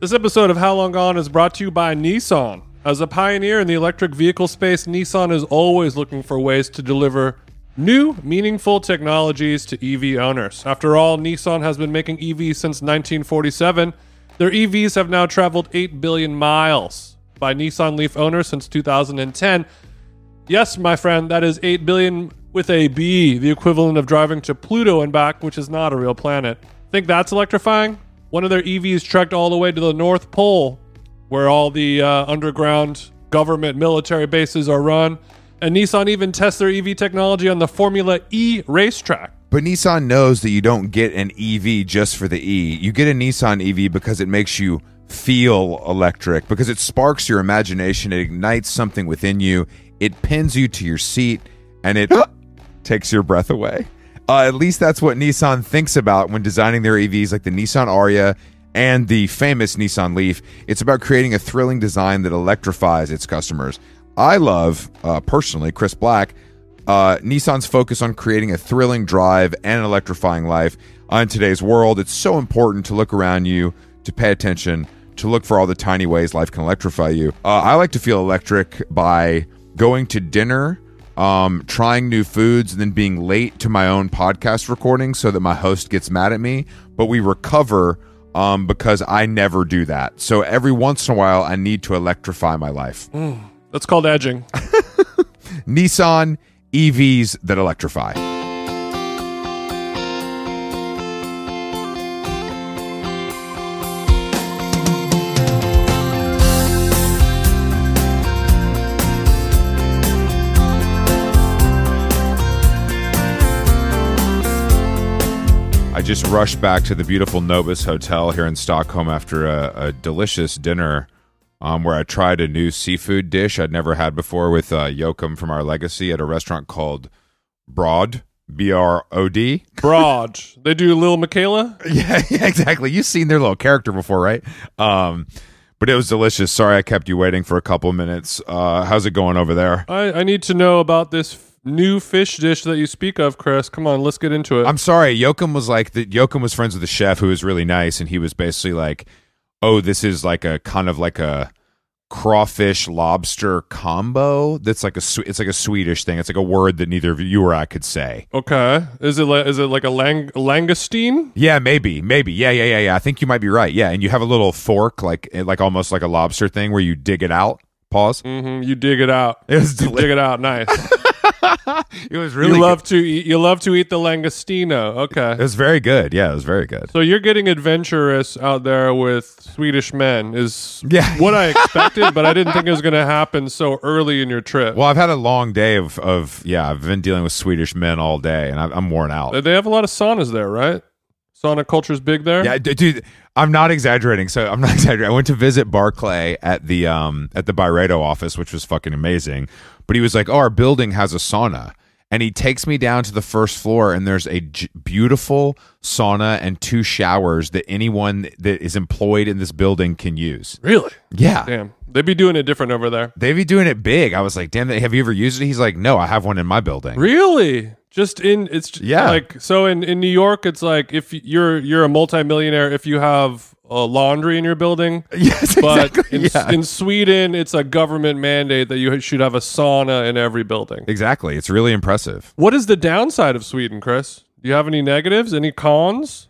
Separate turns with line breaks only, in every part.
This episode of How Long Gone is brought to you by Nissan. As a pioneer in the electric vehicle space, Nissan is always looking for ways to deliver new, meaningful technologies to EV owners. After all, Nissan has been making EVs since 1947. Their EVs have now traveled 8 billion miles by Nissan Leaf owners since 2010. Yes, my friend, that is 8 billion with a B, the equivalent of driving to Pluto and back, which is not a real planet. Think that's electrifying? One of their EVs trekked all the way to the North Pole, where all the uh, underground government military bases are run. And Nissan even tests their EV technology on the Formula E racetrack.
But Nissan knows that you don't get an EV just for the E. You get a Nissan EV because it makes you feel electric, because it sparks your imagination, it ignites something within you, it pins you to your seat, and it takes your breath away. Uh, at least that's what Nissan thinks about when designing their EVs, like the Nissan Aria and the famous Nissan Leaf. It's about creating a thrilling design that electrifies its customers. I love, uh, personally, Chris Black, uh, Nissan's focus on creating a thrilling drive and an electrifying life on today's world. It's so important to look around you, to pay attention, to look for all the tiny ways life can electrify you. Uh, I like to feel electric by going to dinner, um, trying new foods, and then being late to my own podcast recording so that my host gets mad at me. But we recover um, because I never do that. So every once in a while, I need to electrify my life.
That's called edging.
Nissan EVs that electrify. I just rushed back to the beautiful Novus Hotel here in Stockholm after a, a delicious dinner um, where I tried a new seafood dish I'd never had before with uh, Joachim from Our Legacy at a restaurant called Broad, B R O D.
Broad. They do Lil Michaela.
Yeah, yeah, exactly. You've seen their little character before, right? Um, but it was delicious. Sorry I kept you waiting for a couple minutes. Uh, how's it going over there?
I, I need to know about this f- new fish dish that you speak of, Chris. Come on, let's get into it.
I'm sorry. Joachim was like the Joachim was friends with the chef who was really nice, and he was basically like, "Oh, this is like a kind of like a crawfish lobster combo. That's like a Swe- it's like a Swedish thing. It's like a word that neither of you or I could say."
okay. Is it like, is it like a lang- langoustine?
Yeah, maybe, maybe. Yeah, yeah, yeah, yeah. I think you might be right. Yeah, and you have a little fork, like eh, like almost like a lobster thing, where you dig it out. Pause.
hmm You dig it out.
It was
You
deli-
dig it out. Nice.
It was really.
you
good.
love to eat, you love to eat the langostino.
It
Okay.
was very good. Yeah, it was very good.
So you're getting adventurous out there with Swedish men is
Yeah.
what I expected, but I didn't think it was going to happen so early in your trip.
Well, I've had a long day of, of yeah. I've been dealing with Swedish men all day, and I'm, I'm worn out.
They have a lot of saunas there, right? Sauna culture's big there.
Yeah, d- dude, I'm not exaggerating. So I'm not exaggerating. I went to visit Barclay at the um at the Byredo office, which was fucking amazing. But he was like, "Oh, our building has a sauna." And he takes me down to the first floor, and there's a j- beautiful sauna and two showers that anyone that is employed in this building can use.
Really?
Yeah.
Damn. They'd be doing it different over there.
They be doing it big. I was like, damn, have you ever used it? He's like, no, I have one in my building.
Really? Just in it's j-
Yeah.
like so in in New York it's like if you're you're a multimillionaire if you have uh, laundry in your building.
Yes,
But
exactly.
in,
yeah.
in Sweden, it's a government mandate that you should have a sauna in every building.
exactly. It's really impressive.
What is the downside of Sweden, Chris? Do you have any negatives? Any cons?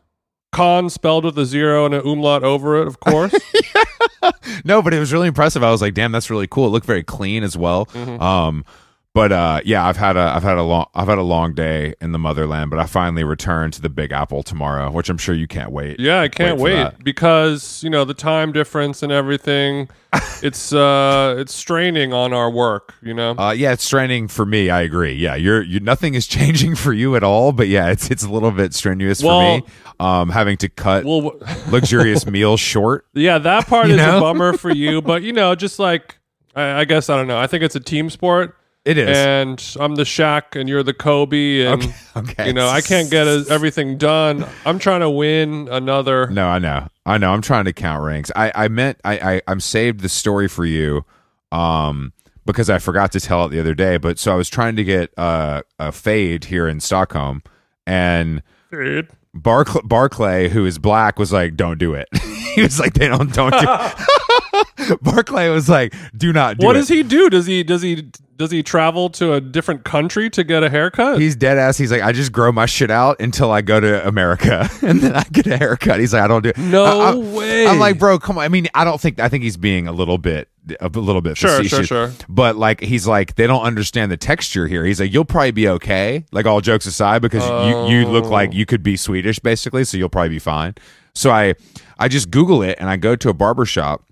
Con spelled with a zero and an umlaut over it, of course.
No, but it was really impressive. I was like, damn, that's really cool. It looked very clean as well.
Mm-hmm.
Um, but uh, yeah, I've had a I've had a long I've had a long day in the motherland, but I finally return to the Big Apple tomorrow, which I'm sure you can't wait.
yeah, I can't
for
wait,
that.
because you know the time difference and everything. it's uh, it's straining on our work. You know,
Uh, yeah, it's straining for me. I agree. Yeah, you're you nothing is changing for you at all, but yeah, it's it's a little bit strenuous
Well-
for me. Um, having to cut
well, w-
luxurious meals short.
yeah, that part
You
is a
know?
bummer for you, but you know, just like I, I guess I don't know. I think it's a team sport,
It is.
and I'm the Shaq, and you're the Kobe, and
Okay, okay.
you know, I can't get a, everything done. I'm trying to win another.
No, I know. I know. I'm trying to count ranks. I, I meant I, I I'm saved the story for you um because I forgot to tell it the other day, but so I was trying to get uh, a fade here in Stockholm and
Dude.
Barcl- Barclay, who is black, was like, "Don't do it." he was like, they don't don't do. Barclay was like, do not do
What
it.
does he do? Does he does he does he travel to a different country to get a haircut?
He's dead ass. He's like, I just grow my shit out until I go to America, and then I get a haircut. He's like, I don't do.
No
I- I'm-
way.
I'm like, bro, come on. I mean, I don't think. I think he's being a little bit, a little bit.
Sure, sure,
facetious.
sure.
But like, he's like, they don't understand the texture here. He's like, you'll probably be okay. Like all jokes aside, because you you look
Oh.
like you could be Swedish, basically. So you'll probably be fine. So I I just Google it and I go to a barber shop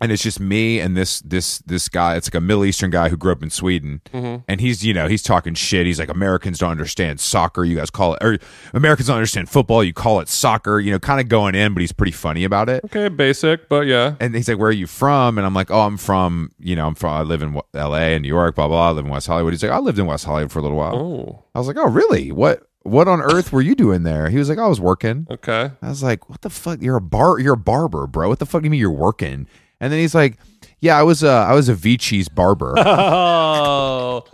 and it's just me and this this this guy. It's like a Middle Eastern guy who grew up in Sweden,
Mm-hmm.
and he's you know he's talking shit. He's like Americans don't understand soccer. You guys call it or Americans don't understand football. You call it soccer. You know, kind of going in, but he's pretty funny about it.
okay, basic, but yeah.
And he's like, "Where are you from?" And I'm like, "Oh, I'm from you know I'm from I live in Wa- L.A. and New York, blah blah. I live in West Hollywood." He's like, "I lived in West Hollywood for a little while."
Oh,
I was like, "Oh, really? What what on earth were you doing there?" He was like, "I was working."
okay.
I was like, "What the fuck? You're a bar, you're a barber, bro. What the fuck do you mean you're working?" And then he's like, "Yeah, I was a I was a Vici's barber."
Oh,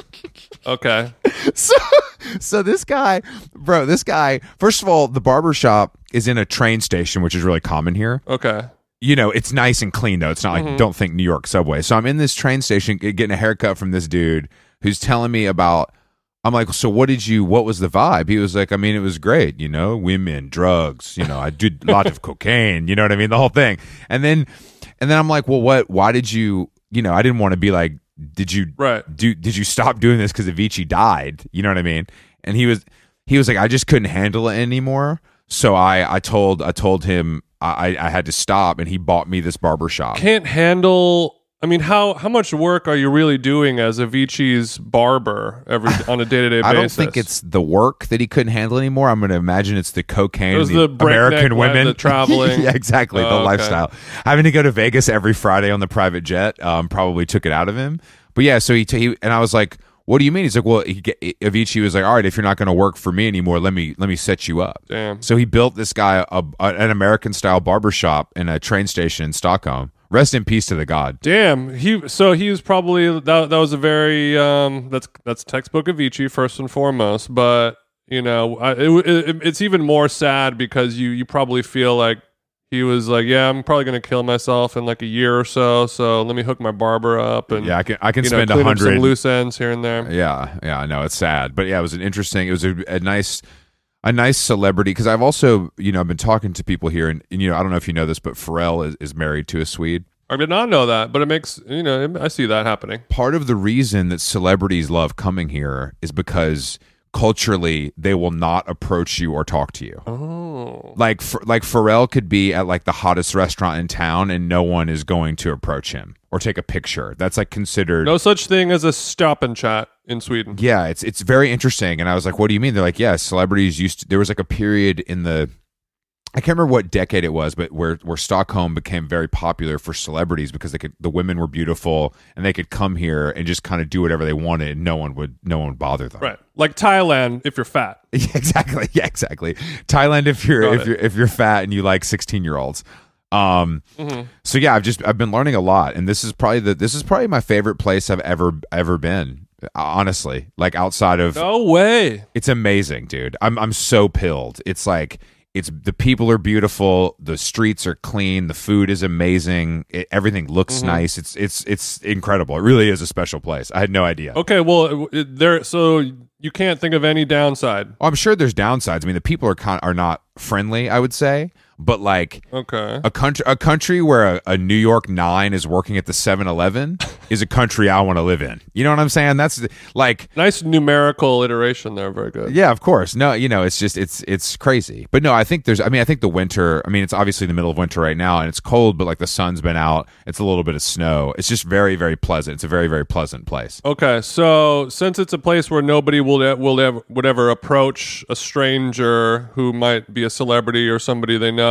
okay.
so, so this guy, bro, this guy. First of all, the barber shop is in a train station, which is really common here.
Okay.
You know, it's nice and clean though. It's not like don't think New York subway. So I'm in this train station g- getting a haircut from this dude who's telling me about. I'm like, so what did you? What was the vibe? He was like, I mean, it was great. You know, women, drugs. You know, I did a lot of cocaine. You know what I mean? The whole thing. And then, and then I'm like, well, what? Why did you? You know, I didn't want to be like, did you
Right.
do did you stop doing this because Avicii died? You know what I mean? And he was he was like, I just couldn't handle it anymore. So I I told I told him I I I had to stop, and he bought me this barber shop.
Can't handle. I mean, how how much work are you really doing as Avicii's barber every on a day to day basis?
I don't think it's the work that he couldn't handle anymore. I'm going to imagine it's the cocaine,
It was
and the,
the breakneck
American
life,
women,
the traveling.
yeah, exactly,
Oh,
the
okay.
lifestyle. Having to go to Vegas every Friday on the private jet um, probably took it out of him. But yeah, so he, t- he and I was like, "What do you mean?" He's like, "Well, he, ge- Avicii was like, all right, if you're not going to work for me anymore, let me let me set you up."
Damn.
So he built this guy a, a- an American style barbershop in a train station in Stockholm. Rest in peace to the god.
Damn, he so he was probably that that was a very um that's that's textbook Avicii first and foremost, but you know, I, it, it, it's even more sad because you you probably feel like he was like, yeah, I'm probably going to kill myself in like a year or so, so let me hook my barber up and
Yeah, I can I can
you know,
spend
clean
a
up some
hundred
loose ends here and there.
Yeah, yeah, I know it's sad, but yeah, it was an interesting. It was a, a nice, a nice celebrity because I've also, you know, I've been talking to people here, and, and, you know, I don't know if you know this, but Pharrell is, is married to a Swede.
I did not know that, but it makes, you know, I see that happening.
Part of the reason that celebrities love coming here is because culturally they will not approach you or talk to you.
Oh.
Like, Ph- like Pharrell could be at like the hottest restaurant in town, and no one is going to approach him or take a picture. That's like considered
No such thing as a stop and chat in Sweden.
Yeah, it's it's very interesting. And I was like, what do you mean? They're like, yeah, celebrities used to there was like a period in the I can't remember what decade it was, but where where Stockholm became very popular for celebrities because they could the women were beautiful and they could come here and just kind of do whatever they wanted and no one would no one would bother them.
Right. Like Thailand if you're fat.
Yeah, exactly. Yeah, exactly. Thailand if you're
Got
if
it.
you're if you're fat and you like 16-year-olds. Um
Mm-hmm.
so yeah, I've just I've been learning a lot and this is probably the this is probably my favorite place I've ever ever been. Honestly, like outside of
No way.
it's amazing, dude. I'm I'm so pilled. It's like it's the people are beautiful, the streets are clean, the food is amazing, it, everything looks
Mm-hmm.
nice. It's it's it's incredible. It really is a special place. I had no idea.
Okay, well, uh, it- it- there. So you can't think of any downside.
Oh, I'm sure there's downsides. I mean, the people are kind are not friendly. I would say, but like
Okay.
a country a country where a, a New York nine is working at the 7-Eleven is a country I want to live in. You know what I'm saying? That's the- like
Nice numerical iteration there. Very good.
Yeah, of course. No, you know, it's just it's it's crazy. But no, I think there's I mean, I think the winter, I mean, it's obviously the middle of winter right now and it's cold, but like the sun's been out, it's a little bit of snow. It's just very very pleasant. It's a very very pleasant place.
Okay, so since it's a place where nobody will e- will ever would ever approach a stranger who might be a celebrity or somebody they know,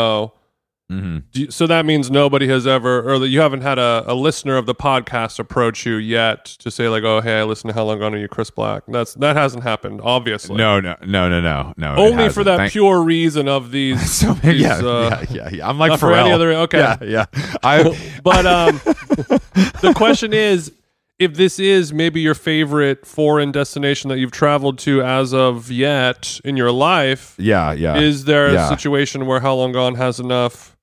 Mhm.
do you, so that means nobody has ever, or that you haven't had a, a listener of the podcast approach you yet to say like, "Oh, hey, I listen to How Long Gone Are You, Chris Black." That's that hasn't happened, obviously.
No, no, no, no, no. No. it
only for
hasn't.
that
Thank-
pure reason of these.
so,
these,
yeah,
uh,
yeah, yeah, yeah. I'm like
not for any
Pharrell.
other- okay.
Yeah, yeah. I
But um, the question is, if this is maybe your favorite foreign destination that you've traveled to as of yet in your life,
yeah, yeah.
is there
yeah.
a situation where How Long Gone has enough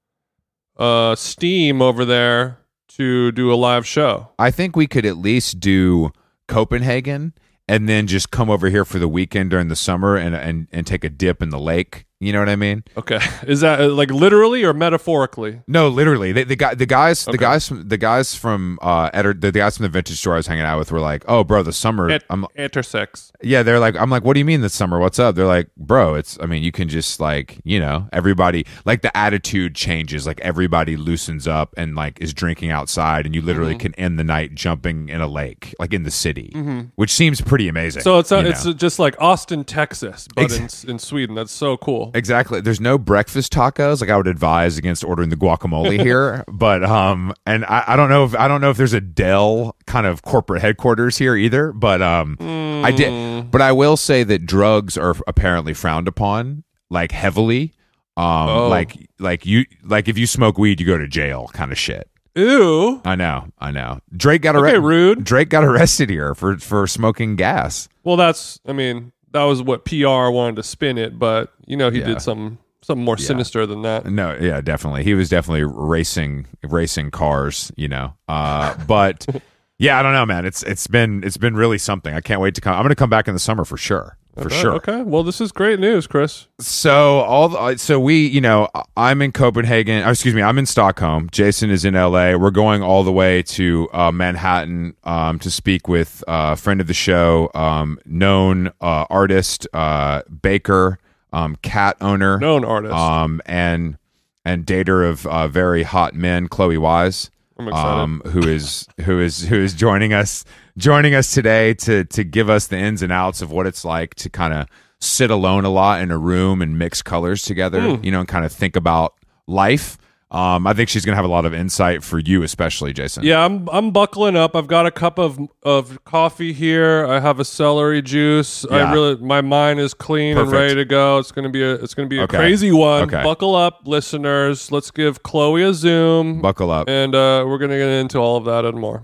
uh, Steam over there to do a live show.
I think we could at least do Copenhagen and then just come over here for the weekend during the summer and and, and take a dip in the lake. You know what I mean?
Okay, is that uh, like literally or metaphorically?
No, literally. They, the guy, the guys, the guys from the guys from uh, Eder, the, the guys from the vintage store I was hanging out with were like, "Oh, bro, the summer."
At,
I'm
intersex.
yeah, they're like, "I'm like, what do you mean this summer? What's up?" They're like, "Bro, it's. I mean, you can just like, you know, everybody like the attitude changes. Like everybody loosens up and like is drinking outside, and you
Mm-hmm.
literally can end the night jumping in a lake, like in the city, which seems pretty amazing.
Mm-hmm. So it's uh,
you know?
it's uh, just like Austin, Texas, but
Ex-
in S- in Sweden. That's so cool.
Exactly. There's no breakfast tacos. Like I would advise against ordering the guacamole here. But um, and I, I don't know if I don't know if there's a Dell kind of corporate headquarters here either. But um, I
Mm.
did. But I will say that drugs are apparently frowned upon, like heavily. Um,
Oh.
like like you like if you smoke weed, you go to jail, kind of shit.
Ew.
I know, I know. Drake got
Okay,
arrested.
rude.
Drake got arrested here for for smoking gas.
Well, that's. I mean, that was what PR wanted to spin it, but you know, he
Yeah.
did something something more sinister than that.
No, yeah, definitely. He was definitely racing racing cars, you know. Uh, but yeah, I don't know, man. It's it's been it's been really something. I can't wait to come. I'm going to come back in the summer for sure, for
Uh,
sure.
Okay. Well, this is great news, Chris.
So all the, so we, you know, I'm in Copenhagen. Or excuse me, I'm in Stockholm. Jason is in L.A. We're going all the way to uh, Manhattan um, to speak with uh, a friend of the show, um, known uh, artist, uh, baker, um, cat owner,
Known artist.
um, and and dater of uh, very hot men, Chloe Wise,
I'm excited.
um, who is who is who is joining us joining us today to to give us the ins and outs of what it's like to kind of sit alone a lot in a room and mix colors together,
Hmm.
you know, and kind of think about life. Um, I think she's gonna have a lot of insight for you, especially Jason.
Yeah, I'm I'm buckling up. I've got a cup of of coffee here. I have a celery juice. I
Yeah.
really my mind is clean and
Perfect.
ready to go. It's gonna be a it's gonna be a
Okay.
crazy one.
Okay.
Buckle up, listeners. Let's give Chloe a zoom,
Buckle up.
and uh, we're gonna get into all of that and more.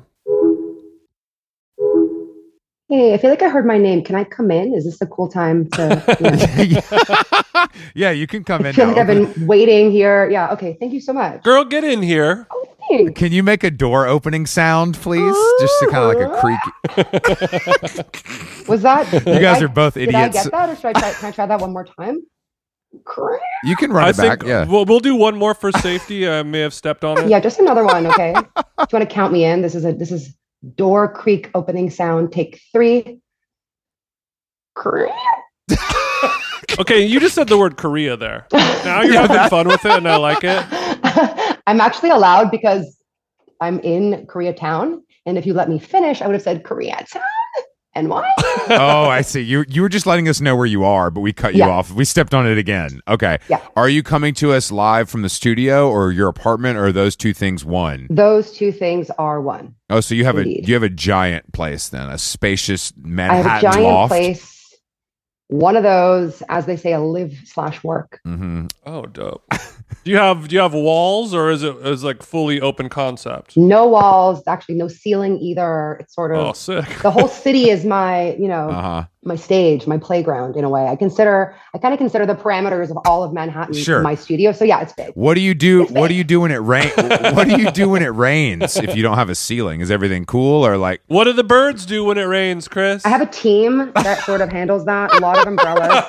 Hey, I feel like I heard my name. Can I come in? Is this a cool time to? you know,
yeah, you can come
I
in.
feel like
now.
I've been waiting here. Yeah. Okay. Thank you so much.
Girl, get in here.
Oh, thanks.
Can you make a door opening sound, please? Just to kind of like a creak.
Was that?
You guys are both
Did I
idiots.
get that, or should I try? Can I try that one more time? Crap.
You can run
I
it back.
think
yeah.
we'll we'll do one more for safety. I may have stepped on it.
Yeah, just another one. Okay. Do you want to count me in? This is a this is door creak opening sound. Take three. Creak.
Okay, you just said the word Korea there. Now you're having fun with it, and I like it.
I'm actually allowed because I'm in Koreatown, and if you let me finish, I would have said Koreatown. And why?
oh, I see. You you were just letting us know where you are, but we cut you
Yeah.
off. We stepped on it again. Okay.
Yeah.
Are you coming to us live from the studio or your apartment or are those two things one?
Those two things are one.
Oh, so you have
Indeed.
a you have a giant place then, a spacious
I
Manhattan
have a giant
loft.
place. One of those, as they say, a live slash work.
Mhm.
Oh, dope. do you have do you have walls or is it is like fully open concept?
No walls, actually no ceiling either. It's sort
Oh,
of
sick.
the whole city is my, you know,
Uh-huh.
my stage, my playground in a way. I consider, I kind of consider the parameters of all of Manhattan
Sure.
my studio. So yeah, it's big.
What do you do what do you do when it rain what do you do when it rains if you don't have a ceiling? Is everything cool or like
What do the birds do when it rains, Chris?
I have a team that sort of handles that. A lot of umbrellas.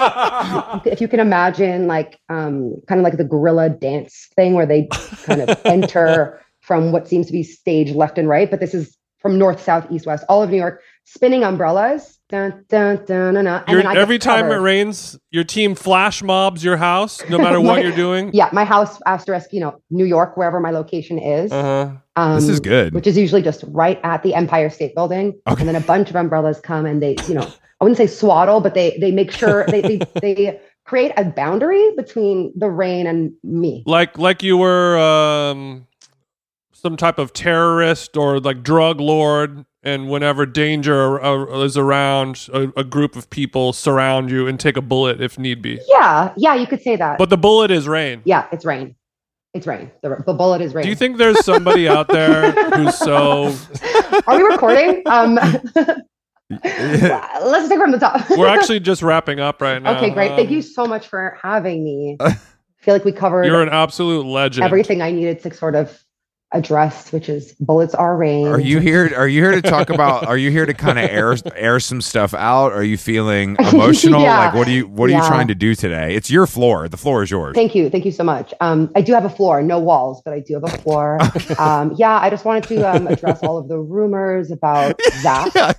if you can imagine like um kind of like the gorilla dance thing where they kind of enter from what seems to be stage left and right but this is from north south east west all of new york spinning umbrellas dun, dun, dun, dun, dun, and
Your-
then I get
every time it
covered.
rains, your team flash mobs your house, no matter what you're doing.
yeah my house asterisk you know new york wherever my location is
Uh-huh.
um,
this is good.
which is usually just right at the empire state building
Okay.
and then a bunch of umbrellas come and they you know i wouldn't say swaddle but they they make sure they they, they create a boundary between the rain and me
Like like you were um, some type of terrorist or like drug lord, and whenever danger ar- ar- is around, a, a group of people surround you and take a bullet if need be.
Yeah, yeah, you could say that.
But the bullet is rain.
yeah, it's rain. It's rain. The, the bullet is rain.
Do you think there's somebody out there who's so
Are we recording? Um, let's take from the top.
We're actually just wrapping up right now.
okay, great. Thank
Um,
you so much for having me. feel like we covered
You're an absolute legend.
everything I needed to sort of address, which is bullets are rain.
Are you here? Are you here to talk about? Are you here to kind of air air some stuff out? Are you feeling emotional?
Yeah.
Like what do you what are you
Yeah.
trying to do today? It's your floor. The floor is yours.
Thank you. Thank you so much. Um, I do have a floor, no walls, but I do have a floor. um, yeah, I just wanted to um, address all of the rumors about Zach.
Yeah.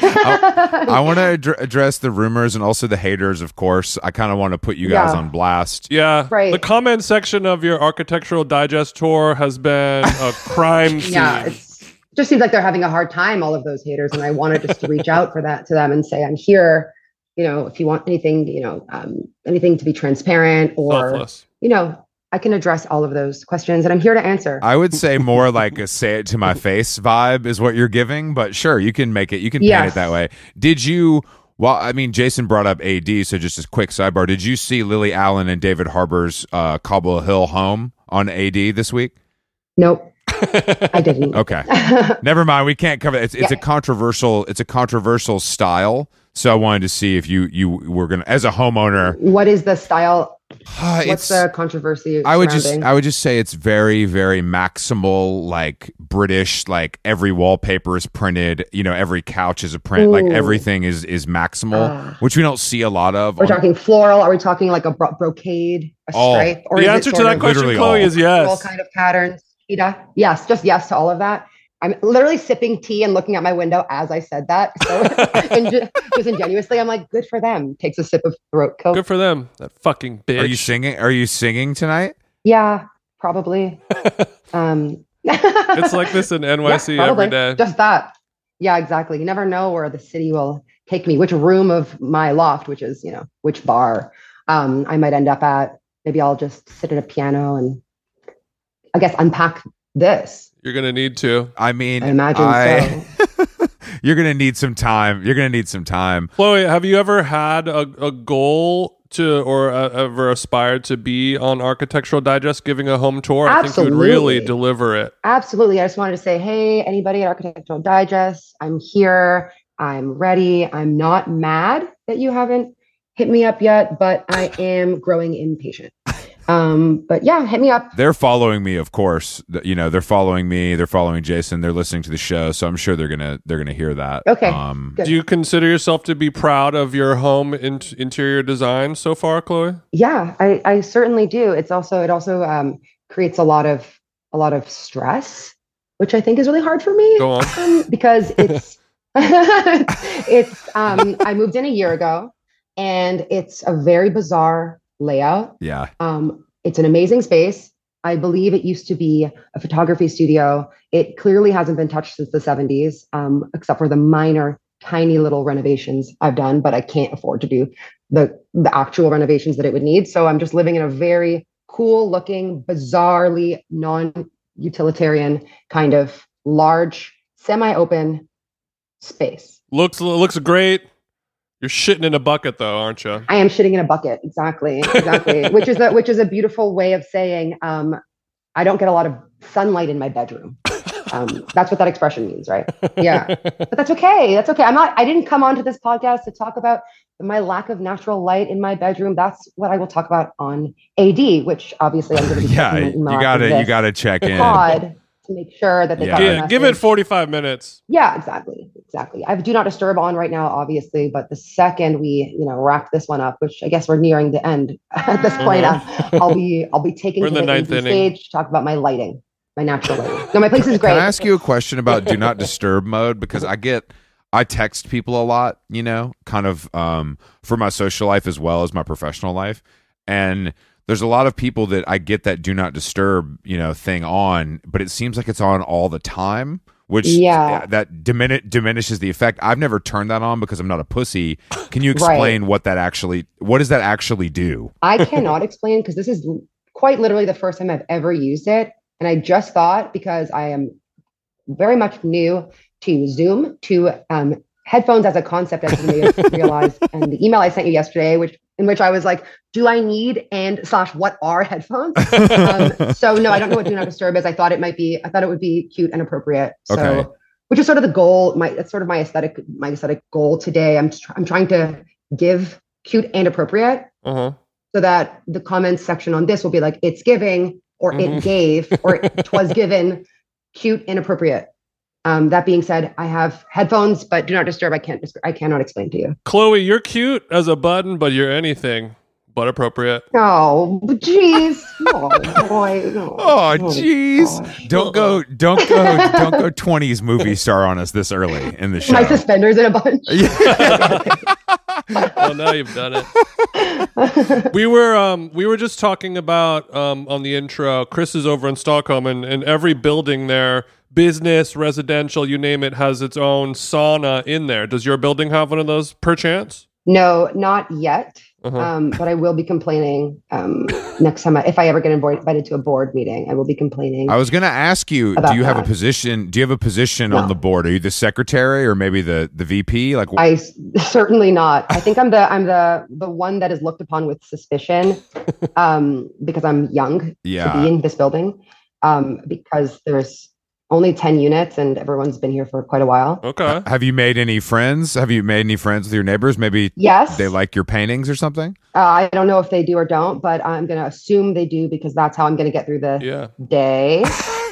I want to addr- address the rumors and also the haters, of course. I kind of want to put you guys
Yeah.
on blast.
Yeah.
Right.
The comment section of your architectural digest tour has been a crime scene.
yeah, it's just seems like they're having a hard time, all of those haters. And I wanted just to reach out for that to them and say, I'm here. You know, if you want anything, you know, um, anything to be transparent or,
Selfless.
you know, I can address all of those questions and I'm here to answer.
I would say more like a say it to my face vibe is what you're giving, but sure, you can make it. You can paint
Yes.
it that way. Did you? Well, I mean, Jason brought up AD, so just a quick sidebar. Did you see Lily Allen and David Harbour's uh, Cobble Hill home on AD this week?
nope, I didn't.
Okay, never mind. We can't cover it. It's, it's a controversial. It's a controversial style. So I wanted to see if you you were gonna as a homeowner.
what is the style?
Uh,
What's the controversy?
I would just
surrounding?
I would just say it's very very maximal like British like every wallpaper is printed you know every couch is a print like
Ooh.
everything is is maximal
Ah.
which we don't see a lot of
We're
on-
talking floral. Are we talking like a bro- brocade, a
All.
stripe? Or
the
is it
answer to
sort
that
of
question,
Literally
Chloe,
all.
is
floral
yes.
kind of patterns? Ida? Yes, just yes to all of that. I'm literally sipping tea and looking at my window as I said that. So and ju- just ingenuously, I'm like, good for them. Takes a sip of throat coat.
Good for them. That fucking bitch.
Are you singing Are you singing tonight?
yeah, probably. um,
it's like this in NYC every day.
Just that. Yeah, exactly. You never know where the city will take me, which room of my loft, which is, you know, which bar um, I might end up at. Maybe I'll just sit at a piano and I guess unpack this.
You're gonna need to.
I mean
I imagine
I- you're gonna need some time you're gonna need some time
Chloe, have you ever had a, a goal to or uh, ever aspired to be on Architectural Digest giving a home tour? I think you would really
Absolutely.
deliver it.
Absolutely. I just wanted to say, hey, anybody at Architectural Digest, I'm here. I'm ready. I'm not mad that you haven't hit me up yet, but I am growing impatient. Um, but yeah, hit me up.
they're following me of course Th- you know they're following me they're following Jason they're listening to the show so I'm sure they're gonna they're gonna hear that
Okay.
um
Good.
Do you consider yourself to be proud of your home in- interior design so far, Chloe?
yeah i i certainly do it's also it also um creates a lot of a lot of stress which i think is really hard for me
Go on.
um, because it's it's um i moved in a year ago and it's a very bizarre layout
yeah
um it's an amazing space i believe it used to be a photography studio it clearly hasn't been touched since the 70s um except for the minor tiny little renovations i've done but i can't afford to do the the actual renovations that it would need. So I'm just living in a very cool looking, bizarrely non-utilitarian kind of large, semi-open space.
Looks looks great. You're shitting in a bucket though, aren't you?
I am shitting in a bucket. Exactly. Exactly. which is a which is a beautiful way of saying um, I don't get a lot of sunlight in my bedroom. Um, that's what that expression means, right? Yeah. But that's okay. That's okay. I'm not I didn't come onto this podcast to talk about my lack of natural light in my bedroom. That's what I will talk about on AD, which obviously I'm going to be
yeah
checking my
you
email after
gotta you
this
gotta check in
pod to make sure that they
Yeah.
got
Gi-
the
give it
message.
45 minutes.
Yeah, exactly, exactly. I have do not disturb on right now, obviously, but the second we you know wrap this one up, which I guess we're nearing the end at this point, uh, I'll be I'll be taking
Mm-hmm. We're
to
in
the,
the ninth
AD
inning.
stage to talk about my lighting, my natural lighting. No, my place is great.
Can I ask you a question about do not disturb mode? Because I get I text people a lot, you know, kind of um, for my social life as well as my professional life, and there's a lot of people that I get that do not disturb, you know, thing on, but it seems like it's on all the time. Which uh,
Yeah.
that dimin- diminishes the effect. I've never turned that on because I'm not a pussy. Can you
Right.
explain what that actually? What does that actually do?
I cannot explain because this is l- quite literally the first time I've ever used it. And I just thought because I am very much new to Zoom, to um, headphones as a concept, as you may have realized, and the email I sent you yesterday, which in which I was like, "Do I need and slash what are headphones?" um, so no, I don't know what do not disturb is. I thought it might be. I thought it would be cute and appropriate. So,
Okay.
which is sort of the goal. My that's sort of my aesthetic. My aesthetic goal today. I'm tr- I'm trying to give cute and appropriate
Uh-huh.
so that the comments section on this will be like it's giving or
Mm-hmm.
Mhm.
it gave or twas given cute inappropriate um, that being said i have headphones but do not disturb i can't dis- i cannot explain to you
Chloe, you're cute as a button, but you're anything but appropriate.
oh jeez oh boy no.
Oh,
my
jeez.
gosh.
Don't go, don't go, don't go 20s movie star on us this early in the show.
my suspenders in a bunch
Oh, now you've done it. we were um we were just talking about um on the intro chris is over in stockholm and, and every building there business residential you name it has its own sauna in there does your building have one of those perchance
no not yet
uh-huh.
um, but i will be complaining um, next time I, if i ever get invo- invited to a board meeting i will be complaining
I was going to ask you, do
About
you have a
that.
position? Do you have a position on
No.
the board? Are you the secretary or maybe the, the VP? Like,
I s- certainly not. I think I'm the I'm the the one that is looked upon with suspicion, um, because I'm young to
yeah.
be in this building, um, because there's only ten units and everyone's been here for quite a while.
okay
Have you made any friends? Have you made any friends with your neighbors? Maybe
Yes,
they like your paintings or something?
Uh, I don't know if they do or don't, but I'm gonna assume they do because that's how I'm gonna get through the
yeah
day.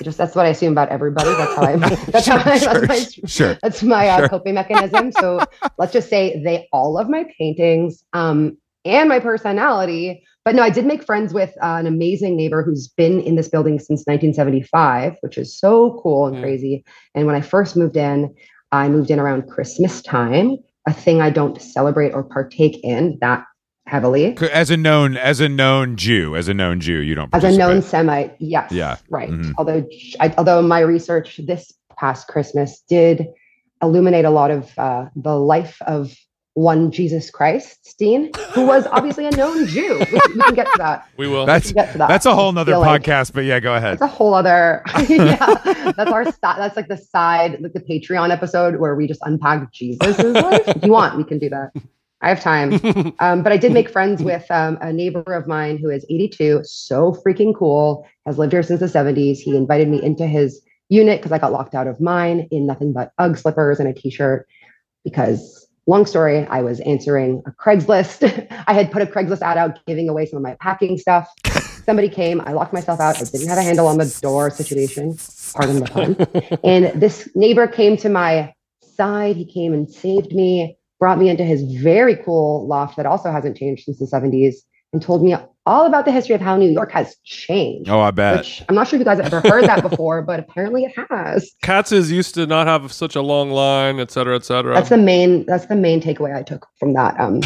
Just that's what I assume about everybody. That's how I'm. That's how I,
Sure,
that's my
sure.
That's my uh,
Sure.
coping mechanism. So let's just say they all love my paintings um, and my personality. But no, I did make friends with uh, an amazing neighbor who's been in this building since 1975, which is so cool and
Mm.
crazy. And when I first moved in, I moved in around Christmas time, a thing I don't celebrate or partake in that heavily.
C- As a known, as a known Jew, as a known Jew, you don't.
As a known
participate.
Semite, yes,
Yeah.
right.
Mhm.
Although, I, although my research this past Christmas did illuminate a lot of uh, the life of one Jesus Christ, Dean, who was obviously a known Jew. We, can- we can get to that.
we will
We
That's
can get to that.
that's a whole
I
nother
feel like
podcast. But yeah, go ahead.
That's a whole other. yeah, that's our. si- That's like the side, like the Patreon episode where we just unpack Jesus's life. If you want, we can do that. I have time. Um, but I did make friends with um, a neighbor of mine who is 82, so freaking cool, has lived here since the 70s. He invited me into his unit because I got locked out of mine in nothing but Ugg slippers and a t shirt. Because, long story, I was answering a Craigslist. I had put a Craigslist ad out giving away some of my packing stuff. Somebody came, I locked myself out. I didn't have a handle on the door situation. Pardon the pun. And this neighbor came to my side. He came and saved me, brought me into his very cool loft that also hasn't changed since the 70s, and told me all about the history of how New York has changed.
Oh, I
Uh,
bet.
Which I'm not sure if you guys have ever heard that before, but apparently it has.
katz's used to not have such a long line et cetera et cetera
That's the main. That's the main takeaway I took from that. Um,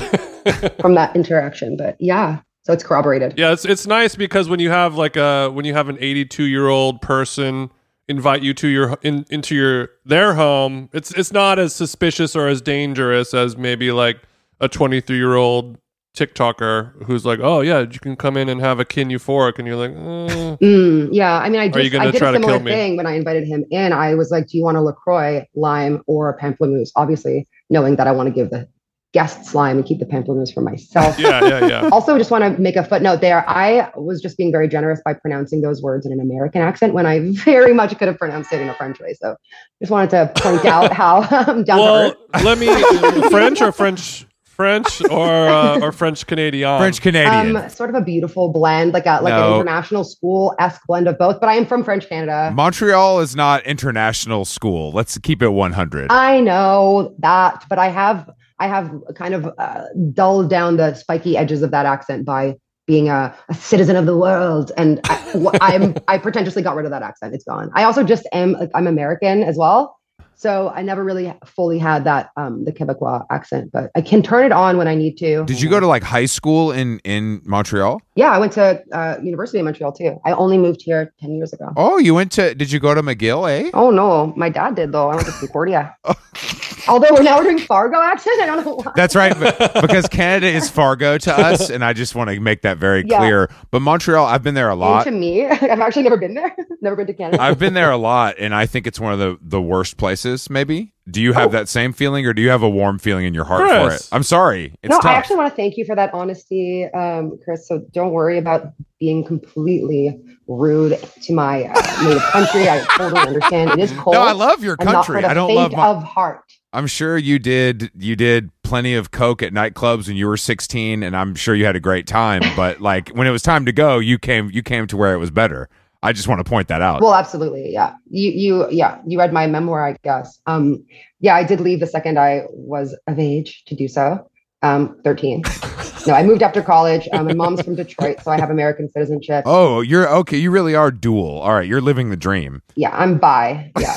from that interaction. But yeah, so it's corroborated.
yeah it's, it's nice because when you have like a when you have an 82 year old person invite you to your in, into your their home it's it's not as suspicious or as dangerous as maybe like a 23 year old tiktoker who's like oh yeah you can come in and have a kin euphoric and you're like uh,
Mm, yeah, I mean, I
Are you
just
gonna
I did
try
a
to
similar
kill me?
thing when I invited him in. I was like, "Do you want a Lacroix, lime, or a pamplemousse?" Obviously, knowing that I want to give the guests lime and keep the pamplemousse for myself.
yeah yeah yeah
Also, just want to make a footnote there. I was just being very generous by pronouncing those words in an American accent when I very much could have pronounced it in a French way. So, just wanted to point out how um, down to
well
earth.
let me french or french french or uh, or french canadian
French Canadian.
Um, sort of a beautiful blend, like a like an
No.
international school esque blend of both. But I am from French Canada.
Montreal is not international school. Let's keep it 100.
I know that, but I have I have kind of uh, dulled down the spiky edges of that accent by being a, a citizen of the world, and I, wh- I'm I pretentiously got rid of that accent. It's gone. I also just am like, I'm American as well, so I never really fully had that um, the Quebecois accent, but I can turn it on when I need to.
Did you go to like high school in in Montreal?
Yeah, I went to uh, university in Montreal too. I only moved here ten years ago.
Oh, you went to did you go to McGill, eh?
Oh no, my dad did though. I went to Concordia. Although we're now doing Fargo accent, I don't know why.
That's right, but- because Canada is Fargo to us, and I just want to make that very
Yeah.
clear. But Montreal, I've been there a lot.
And to me, I've actually never been there. never been to Canada.
I've been there a lot, and I think it's one of the the worst places. Maybe. Do you
Oh.
have that same feeling, or do you have a warm feeling in your heart for
Chris.
it? I'm sorry, it's
no,
tough.
I actually want to thank you for that honesty, um, Chris. So don't worry about being completely rude to my uh, native country. I totally understand. It is cold.
no, I love your
I'm not
country.
for the
I don't
faint
love. Mon-
of heart.
I'm sure you did. You did plenty of coke at nightclubs when you were 16, and I'm sure you had a great time. But like when it was time to go, you came you came to where it was better. I just want to point that out.
Well, absolutely, yeah. You, you, yeah. You read my memoir, I guess. Um, yeah, I did leave the second I was of age to do so. Um, thirteen. no, I moved after college. Um, my mom's from Detroit, so I have American citizenship.
oh, you're okay. You really are dual. All right, you're living the dream.
Yeah, I'm bi. Yeah,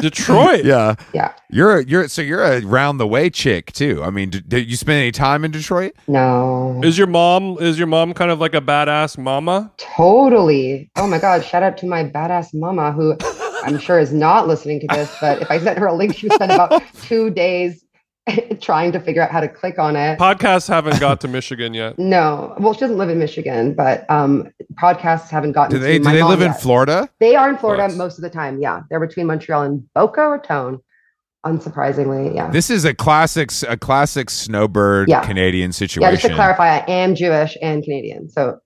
Detroit.
Yeah,
yeah.
you're you're so you're a round the way chick too. I mean, did, did you spend any time in Detroit?
No,
Is your mom is your mom kind of like a badass mama?
totally. Oh my God! Shout out to my badass mama who. I'm sure is not listening to this, but if I sent her a link, she would spend about two days trying to figure out how to click on it.
Podcasts haven't got to Michigan yet.
No, well, she doesn't live in Michigan, but um, podcasts haven't
Do
gotten.
they
to
do
my
they
mom
live in
yet.
Florida?
They are in Florida
Nice.
most of the time. Yeah, they're between Montreal and Boca Raton. Unsurprisingly, yeah.
This is a classic a classic snowbird
Yeah.
Canadian
yeah, just
situation.
to clarify, I am Jewish and Canadian, so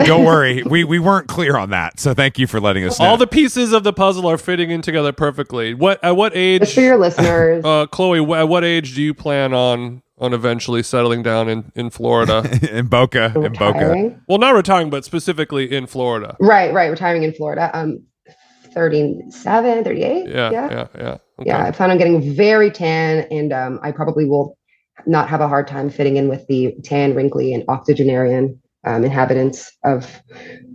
Don't worry, we we weren't clear on that. So thank you for letting us know.
All the pieces of the puzzle are fitting in together perfectly. What at what
just
age,
for your listeners,
Oh,
uh, Chloe? wh- At what age do you plan on on eventually settling down in in Florida?
in Boca, in Boca.
retiring.
well, not retiring, but specifically in Florida.
Right, right, retiring in Florida. Um, 37, 38.
Yeah, yeah, yeah. Okay.
Yeah, I plan on getting very tan, and um, I probably will not have a hard time fitting in with the tan, wrinkly, and octogenarian um, inhabitants of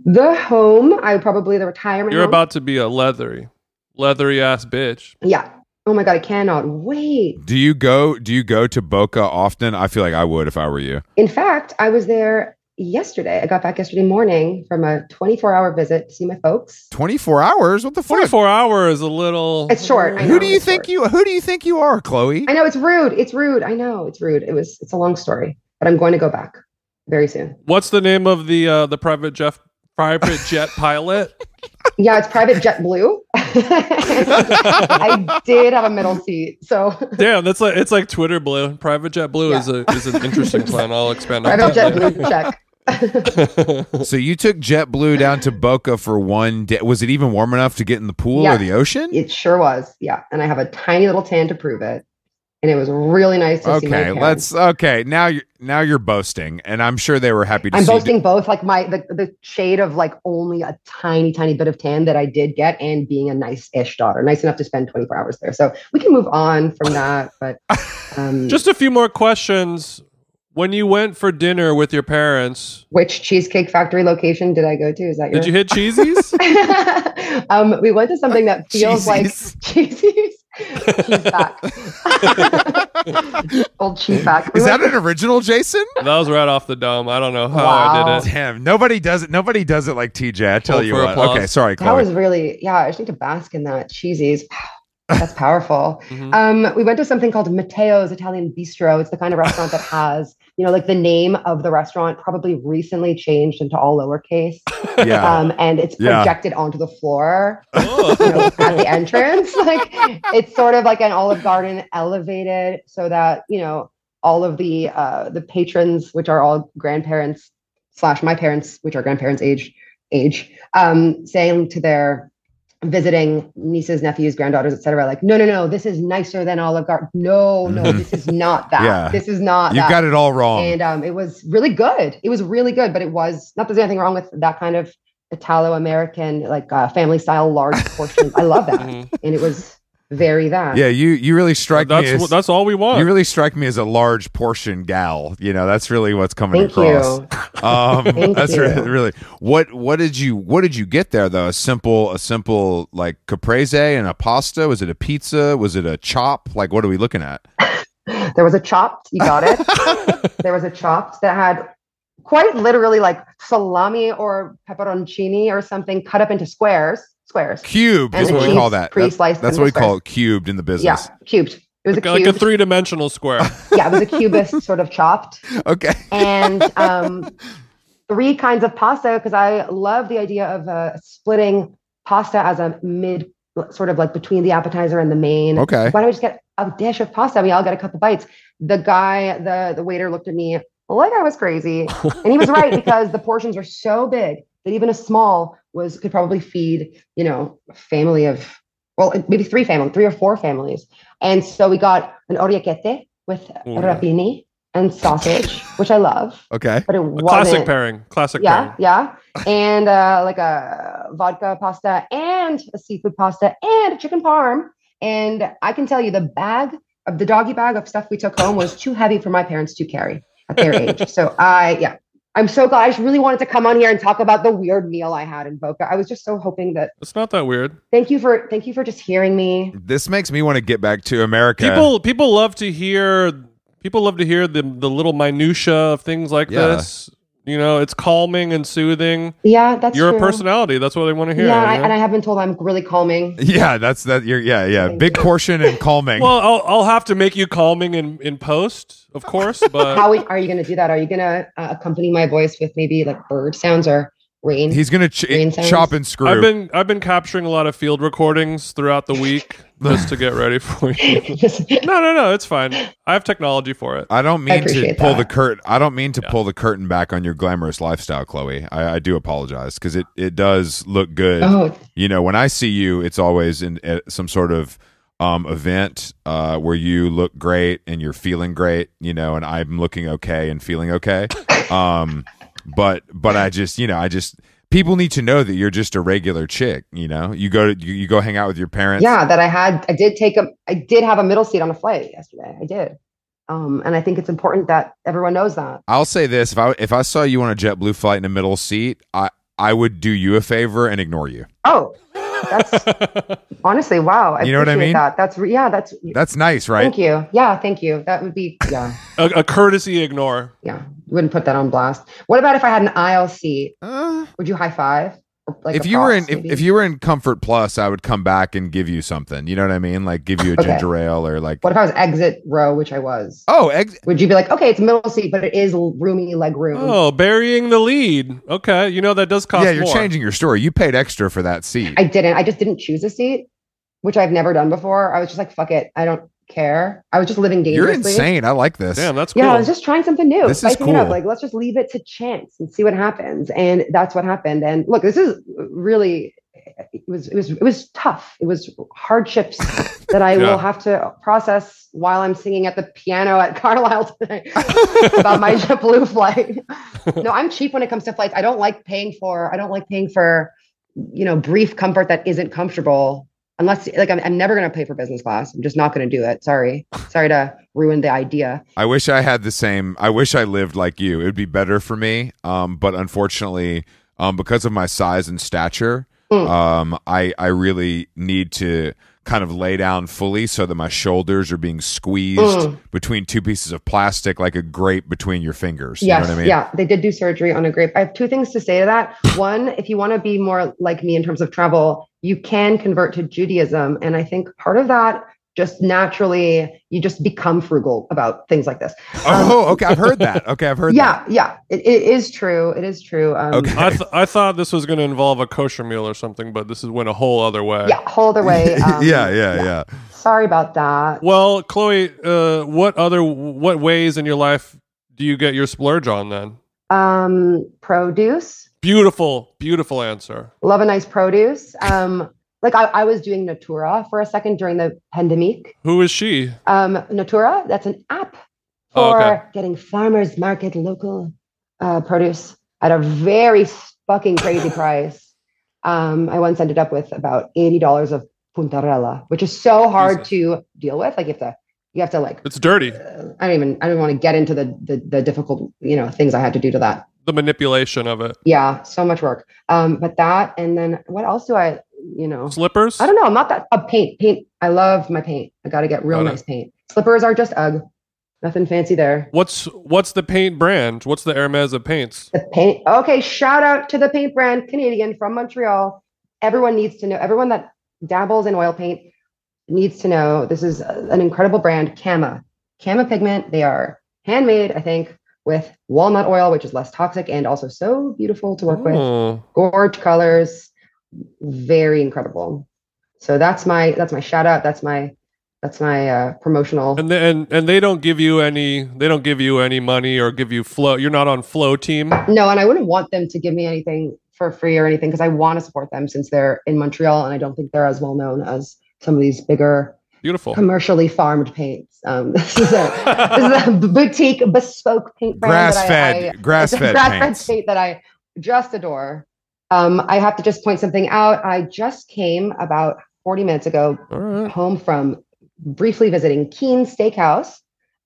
the home. I probably the retirement.
You're
home.
about to be a leathery, leathery ass bitch.
Yeah. Oh my god, I cannot wait.
Do you go do you go to Boca often? I feel like I would if I were you.
In fact, I was there yesterday. I got back yesterday morning from a 24-hour visit to see my folks.
24 hours? What the fuck?
24 hour is a little.
It's short. I
Who
know,
do you
it's
think
short.
you who do you think you are, Chloe?
I know it's rude. It's rude. I know it's rude. It was. It's a long story, but I'm going to go back very soon.
What's the name of the uh, the private Jeff private jet pilot?
Yeah, it's private jet blue. I did have a middle seat, so
Damn, that's like it's like Twitter blue. Private jet blue is a is an interesting plan. I'll expand on
private jet blue
that.
check.
later.
So you took JetBlue down to Boca for one day. Was it even warm enough to get in the pool
Yeah.
or the ocean?
It sure was. Yeah, and I have a tiny little tan to prove it. And it was really nice to see my
Okay,
parents.
let's okay. Now you're now you're boasting, and I'm sure they were happy to
I'm
see
boasting both like my the, the shade of like only a tiny tiny bit of tan that I did get and being a nice ish daughter nice enough to spend 24 hours there so we can move on from that but um
Just a few more questions. When you went for dinner with your parents,
which cheesecake factory location did I go to is that your
did you hit cheesies?
um we went to something that feels like
Cheesies.
cheesies cheese back old cheese back We
Is
went-
that an original, Jason?
that was right off the dome. I don't know how I
Wow.
did it.
Damn, nobody does it. Nobody does it like TJ. I tell
Hold
you
for
what.
applause.
Okay, sorry,
that
Chloe.
was really yeah I just need to bask in that cheesies that's powerful
Mhm.
Um, we went to something called Matteo's Italian Bistro. It's the kind of restaurant that has, you know, like the name of the restaurant probably recently changed into all lowercase.
yeah,
Um, and it's
Yeah.
projected onto the floor you know,
Oh.
at the entrance. Like it's sort of like an Olive Garden elevated so that, you know, all of the uh the patrons, which are all grandparents slash my parents, which are grandparents age age, um, saying to their visiting nieces, nephews, granddaughters, etc., like, no, no, no, this is nicer than Olive Garden. No, no,
Mhm.
this is not that.
Yeah.
This is not
you
that
got it all wrong.
and um, it was really good. It was really good, but it was not that there's anything wrong with that kind of Italo-American like uh, family style large portions. I love that,
Mhm.
and it was very that.
Mm-hmm. yeah, you you really strike me.
That's
As,
wh- that's all we want.
you really strike me as a large portion gal. You know, that's really what's coming
Thank
across. Um,
you. Thank
that's
you.
really, really what what did you what did you get there though? A simple a simple like caprese and a pasta. Was it a pizza? Was it a chop? Like what are we looking at?
There was a chopped. You got it. there was a chopped that had quite literally like salami or pepperoncini or something cut up into squares. Squares.
Cube
And
is
the
what we
cheese
call that. That's,
pre-sliced.
that's
into
what we call
squares.
it, cubed in the business.
Yeah, cubed. It was a
like a
cubed.
three dimensional square.
yeah, it was a cubist sort of chopped.
Okay.
and um, three kinds of pasta because I love the idea of uh, splitting pasta as a mid, sort of like between the appetizer and the main.
Okay.
Why don't we just get a dish of pasta? We all get a couple bites. The guy, the the waiter, looked at me like I was crazy, and he was right because the portions were so big that even a small was could probably feed you know a family of well, maybe three families, three or four families. And so we got an oriaquete with
Ooh.
rapini and sausage, which I love,
Okay.
but it
A
wasn't.
classic pairing. Classic
Yeah, yeah. And uh, like a vodka pasta and a seafood pasta and a chicken parm. And I can tell you the bag of the doggy bag of stuff we took home was too heavy for my parents to carry at their age. So I, yeah, I'm so glad. I just really wanted to come on here and talk about the weird meal I had in Boca. I was just so hoping that
It's not that weird.
thank you for thank you for just hearing me.
This makes me want to get back to America.
People people love to hear people love to hear the the little minutia of things like
Yeah.
this. You know, it's calming and soothing.
Yeah, that's
You're
true.
a personality. That's what they want to hear.
Yeah, I,
you know?
and I have been told I'm really calming.
Yeah, that's that. You're yeah, yeah.
Thank
Big portion and calming.
well, I'll, I'll have to make you calming in, in post, of course, but
How are you going to do that? Are you going to uh, accompany my voice with maybe like bird sounds or rain?
He's gonna ch-
Green sounds.
chop and screw.
I've been I've been capturing a lot of field recordings throughout the week just to get ready for
Oh,
you.
Just-
No, no, no, it's fine. I have technology for it.
I don't
I
mean to
appreciate
pull the
that.
curtain. I don't mean to
Yeah.
pull the curtain back on your glamorous lifestyle, Chloe. I, I do apologize because it, it does look good.
oh,
You know, when I see you, it's always in at some sort of um, event uh, where you look great and you're feeling great. You know, and I'm looking okay and feeling okay. um, but but I just you know I just people need to know that you're just a regular chick. You know, you go to, you, you go hang out with your parents.
yeah, that I had. I did take a. I did have a middle seat on a flight yesterday. I did, um, and I think it's important that everyone knows that.
I'll say this: if I if I saw you on a JetBlue flight in the middle seat, I I would do you a favor and ignore you.
Oh, that's honestly wow. I
You know what I
appreciate
mean?
That. That's re- yeah. That's
That's nice, right?
thank you. Yeah, thank you. That would be yeah,
a, a courtesy ignore.
yeah. Wouldn't put that on blast. What about if I had an aisle seat?
Uh,
Would you high five? Or, Like
if
a
you were in
cross,
if,
maybe?
if you were in Comfort Plus, I would come back and give you something. You know what I mean? Like give you a
Okay.
ginger ale or like
what if I was exit row, which I was?
oh ex-
Would you be like, okay, it's middle seat, but it is roomy leg room?
Oh, burying the lead. Okay, you know that does cost.
yeah, you're
more.
changing your story. You paid extra for that seat.
I didn't. I just didn't choose a seat, which I've never done before. I was just like, fuck it. I don't care. I was just living
you're
dangerously.
insane. I like this.
Damn, that's cool.
Yeah, I was just trying something new.
This is
spiking it up.
cool.
Like, let's just leave it to chance and see what happens. And that's what happened. And look, this is really it was it was it was tough. It was hardships that I
Yeah.
will have to process while I'm singing at the piano at Carlisle today about my JetBlue flight. no, I'm cheap when it comes to flights. I don't like paying for I don't like paying for you know brief comfort that isn't comfortable unless like I'm, I'm never going to pay for business class. I'm just not going to do it. Sorry, sorry to ruin the idea.
I wish I had the same. I wish I lived like you. It would be better for me. Um, but unfortunately, um, because of my size and stature,
Mm.
um, I I really need to kind of lay down fully so that my shoulders are being squeezed
Mm.
between two pieces of plastic like a grape between your fingers. You know what I mean?
Yeah, they did do surgery on a grape. I have two things to say to that. One, if you want to be more like me in terms of travel, you can convert to Judaism. And I think part of that just naturally, you just become frugal about things like this.
Oh, okay. I've heard that. Okay, I've heard that.
um, yeah, yeah, it, it is true. It is true. Um,
Okay.
I, th- I thought this was going to involve a kosher meal or something, but this is went a whole other way.
Yeah, whole other way. Um,
yeah, yeah, yeah.
Sorry about that.
Well, Chloe, uh, what other what ways in your life do you get your splurge on then?
Um, produce.
Beautiful, beautiful answer.
Love a nice produce. Um, like I, I was doing Natura for a second during the pandemic.
Who is she?
Um, Natura, that's an app
Oh,
for
okay.
getting farmers market local uh, produce at a very fucking crazy price. Um, I once ended up with about eighty dollars of puntarella, which is so hard
Jesus.
to deal with. Like you have to, you have to like.
It's dirty.
uh, I don't even. I don't want to get into the, the the difficult, you know, things I had to do to that.
The manipulation of it.
Yeah, so much work. Um, but that, and then what else do I, you know,
Slippers.
I don't know. I'm not that. Uh, paint, paint. I love my paint. I got to get real
Got it.
nice paint. Slippers are just UGG. Nothing fancy there.
What's what's the paint brand? What's the Hermes of paints?
The paint. Okay, shout out to the paint brand Canadian from Montreal. Everyone needs to know. Everyone that dabbles in oil paint needs to know this is uh, an incredible brand, Kama. Kama pigment. They are handmade, I think, with walnut oil, which is less toxic and also so beautiful to work with.
Oh,
Gorge colors, very incredible. So that's my that's my shout out. That's my that's my uh, promotional.
And, the, and and they don't give you any they don't give you any money or give you flow. You're not on flow team.
No, and I wouldn't want them to give me anything for free or anything because I want to support them since they're in Montreal and I don't think they're as well known as some of these bigger
Beautiful.
commercially farmed paints. Um, this is a this is a b- boutique bespoke paint brand.
Grass
that I- I-
fed, grass
it's a
fed
grass-fed
paints.
paint that I just adore. Um, I have to just point something out. I just came about 40 minutes ago
All right.
home from briefly visiting Keen Steakhouse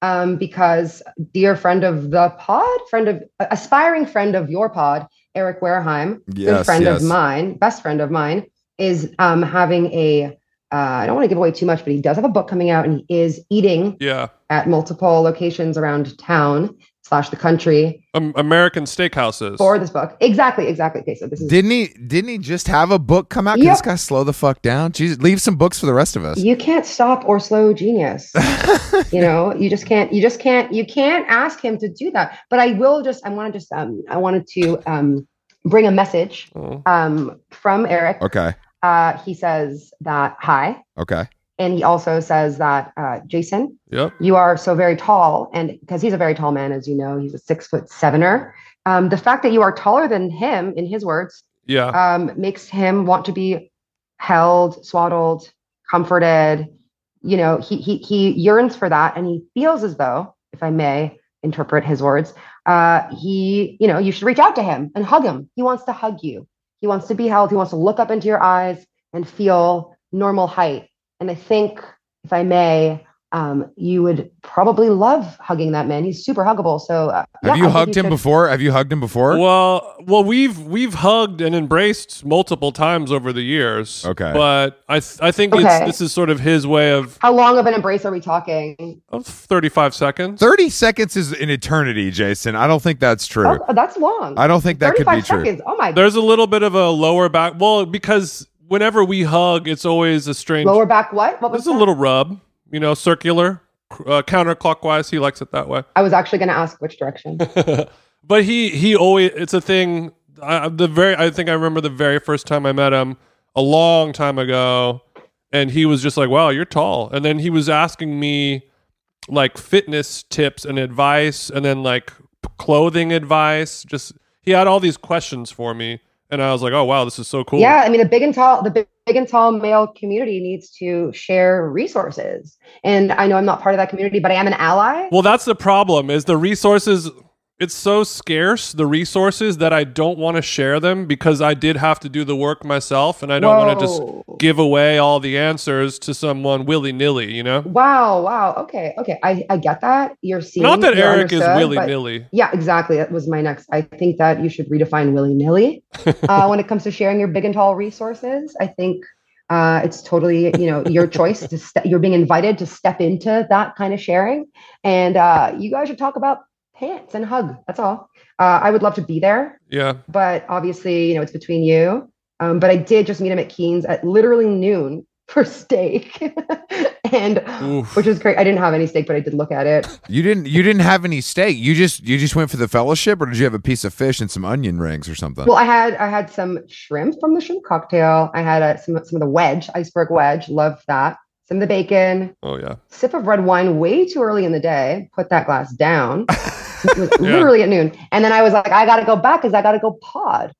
um, because dear friend of the pod, friend of aspiring friend of your pod, Eric Wareheim, good
Yes,
friend
yes.
of mine, best friend of mine, is um, having a. Uh, I don't want to give away too much, but he does have a book coming out, and he is eating
Yeah.
at multiple locations around town slash the country
Um, American steakhouses.
for this book. Exactly, exactly. Okay, so this is
Didn't he? Didn't he just have a book come out? Can
Yep.
this guy slow the fuck down? Jeez, leave some books for the rest of us.
you can't stop or slow genius you know you just can't you just can't you can't ask him to do that but i will just i want to just um i wanted to um bring a message
Oh.
um from eric
Okay.
uh he says that hi
Okay.
and he also says that uh jason
Yep.
you are so very tall and because he's a very tall man as you know he's a six foot sevener um the fact that you are taller than him in his words
Yeah.
um, makes him want to be held, swaddled, comforted. You know, he he he yearns for that, and he feels as though, if I may interpret his words, uh, he you know you should reach out to him and hug him. He wants to hug you. He wants to be held. He wants to look up into your eyes and feel normal height. And I think, if I may. Um, you would probably love hugging that man. He's super huggable. So, uh, yeah,
Have
I
you
think
hugged him
should-
before? Have you hugged him before?
Well, well, we've we've hugged and embraced multiple times over the years.
Okay.
But I th- I think it's,
Okay.
this is sort of his way of,
How long of an embrace are we talking?
of thirty five seconds.
Thirty seconds is an eternity, Jason. I don't think that's true.
Oh, that's long.
I don't think that could be
35
true.
seconds. Oh my
There's a little bit of a lower back. Well, because whenever we hug, it's always a strange.
lower back. What? What was
There's a
that?
little rub. You know, circular, cr- uh, counterclockwise. He likes it that way.
I was actually going to ask which direction.
but he he always it's a thing I, the very i think i remember the very first time i met him a long time ago and he was just like wow you're tall and then he was asking me like fitness tips and advice and then like p- clothing advice just he had all these questions for me and i was like oh wow this is so cool
Yeah, I mean the big and tall, the big, big and tall male community needs to share resources, and I know I'm not part of that community, but I am an ally.
well that's the problem is the resources it's so scarce the resources that i don't want to share them because i did have to do the work myself and i don't want to just
Whoa.
give away all the answers to someone willy nilly, you know?
Wow! Wow! Okay, okay, I I get that. You're seeing.
Not that Eric is willy
willing.
nilly.
Yeah, exactly. That was my next. I think that you should redefine willy nilly uh, when it comes to sharing your big and tall resources. I think uh, it's totally you know your choice to ste- you're being invited to step into that kind of sharing, and uh, you guys should talk about pants and hug. That's all. Uh, I would love to be there,
Yeah.
but obviously you know it's between you. Um, but I did just meet him at Keen's at literally noon for steak, and
Oof.
which is great. I didn't have any steak, but I did look at it.
You didn't. You didn't have any steak. You just. You just went for the fellowship, or did you have a piece of fish and some onion rings or something?
Well, I had I had some shrimp from the shrimp cocktail. I had uh some some of the wedge, iceberg wedge. Love that. Some of the bacon.
Oh, yeah.
Sip of red wine way too early in the day. Put that glass down. it was literally at noon, and then I was like, I gotta go back because I gotta go pod.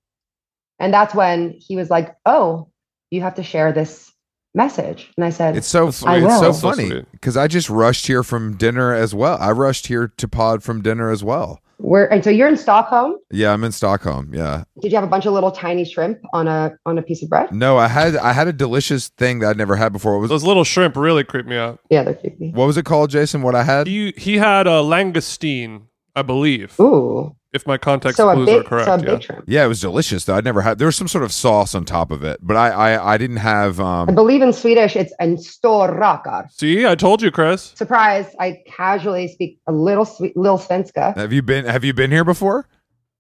And that's when he was like, Oh, you have to share this message. And I said,
It's so fu-
I
it's so
will.
So
funny
sweet.
because I just rushed here from dinner as well. I rushed here to pod from dinner as well.
Where? And so you're in Stockholm.
Yeah, I'm in Stockholm. Yeah,
Did you have a bunch of little tiny shrimp on a on a piece of
Mm.
bread?
no, I had I had a delicious thing that I'd never had before. What was
Those little shrimp really creep me out.
Yeah, they're creepy.
what was it called, Jason? What I had?
He, he had a langoustine, I believe,
Ooh,
if my context
so a
clues
big,
are correct.
so a
yeah.
big shrimp.
Yeah, it was delicious though. I'd never had. There was some sort of sauce on top of it, but I I, I didn't have.
I
um
believe in Swedish it's en storakar.
See, I told you, Chris.
Surprise! I casually speak a little swe- little svenska.
Have you been Have you been here before?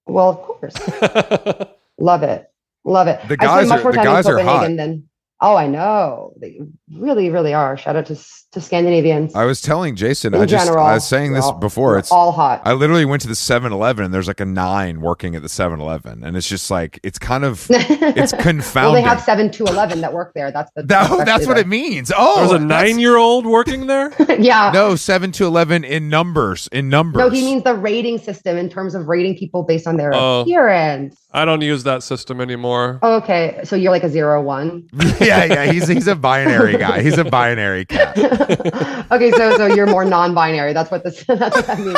Well, of course, love it, love it.
The
I
guys
spend much
are-
more
the
time in
guys are hot.
Copenhagen than. Oh, I know. They really, really are. Shout out to S- to Scandinavians.
I was telling Jason.
in
I just
general,
I was saying
we're
this
all-
before.
we're
It's
all hot.
I literally went to the 7-Eleven and there's like a nine working at the 7-Eleven, and it's just like it's kind of it's
well, they
confounding.
have seven to eleven that work there. That's the.
No, that's
actually
what
the-
it means. Oh,
There was a
that's-
nine year old working there?
yeah.
No, seven to eleven in numbers. In numbers.
No, he means the rating system in terms of rating people based on their
Oh.
appearance.
I don't use that system anymore.
Okay, so you're like a zero one.
yeah, yeah. He's he's a binary guy. He's a binary cat.
okay, so so you're more non-binary. That's what this. That's what that means.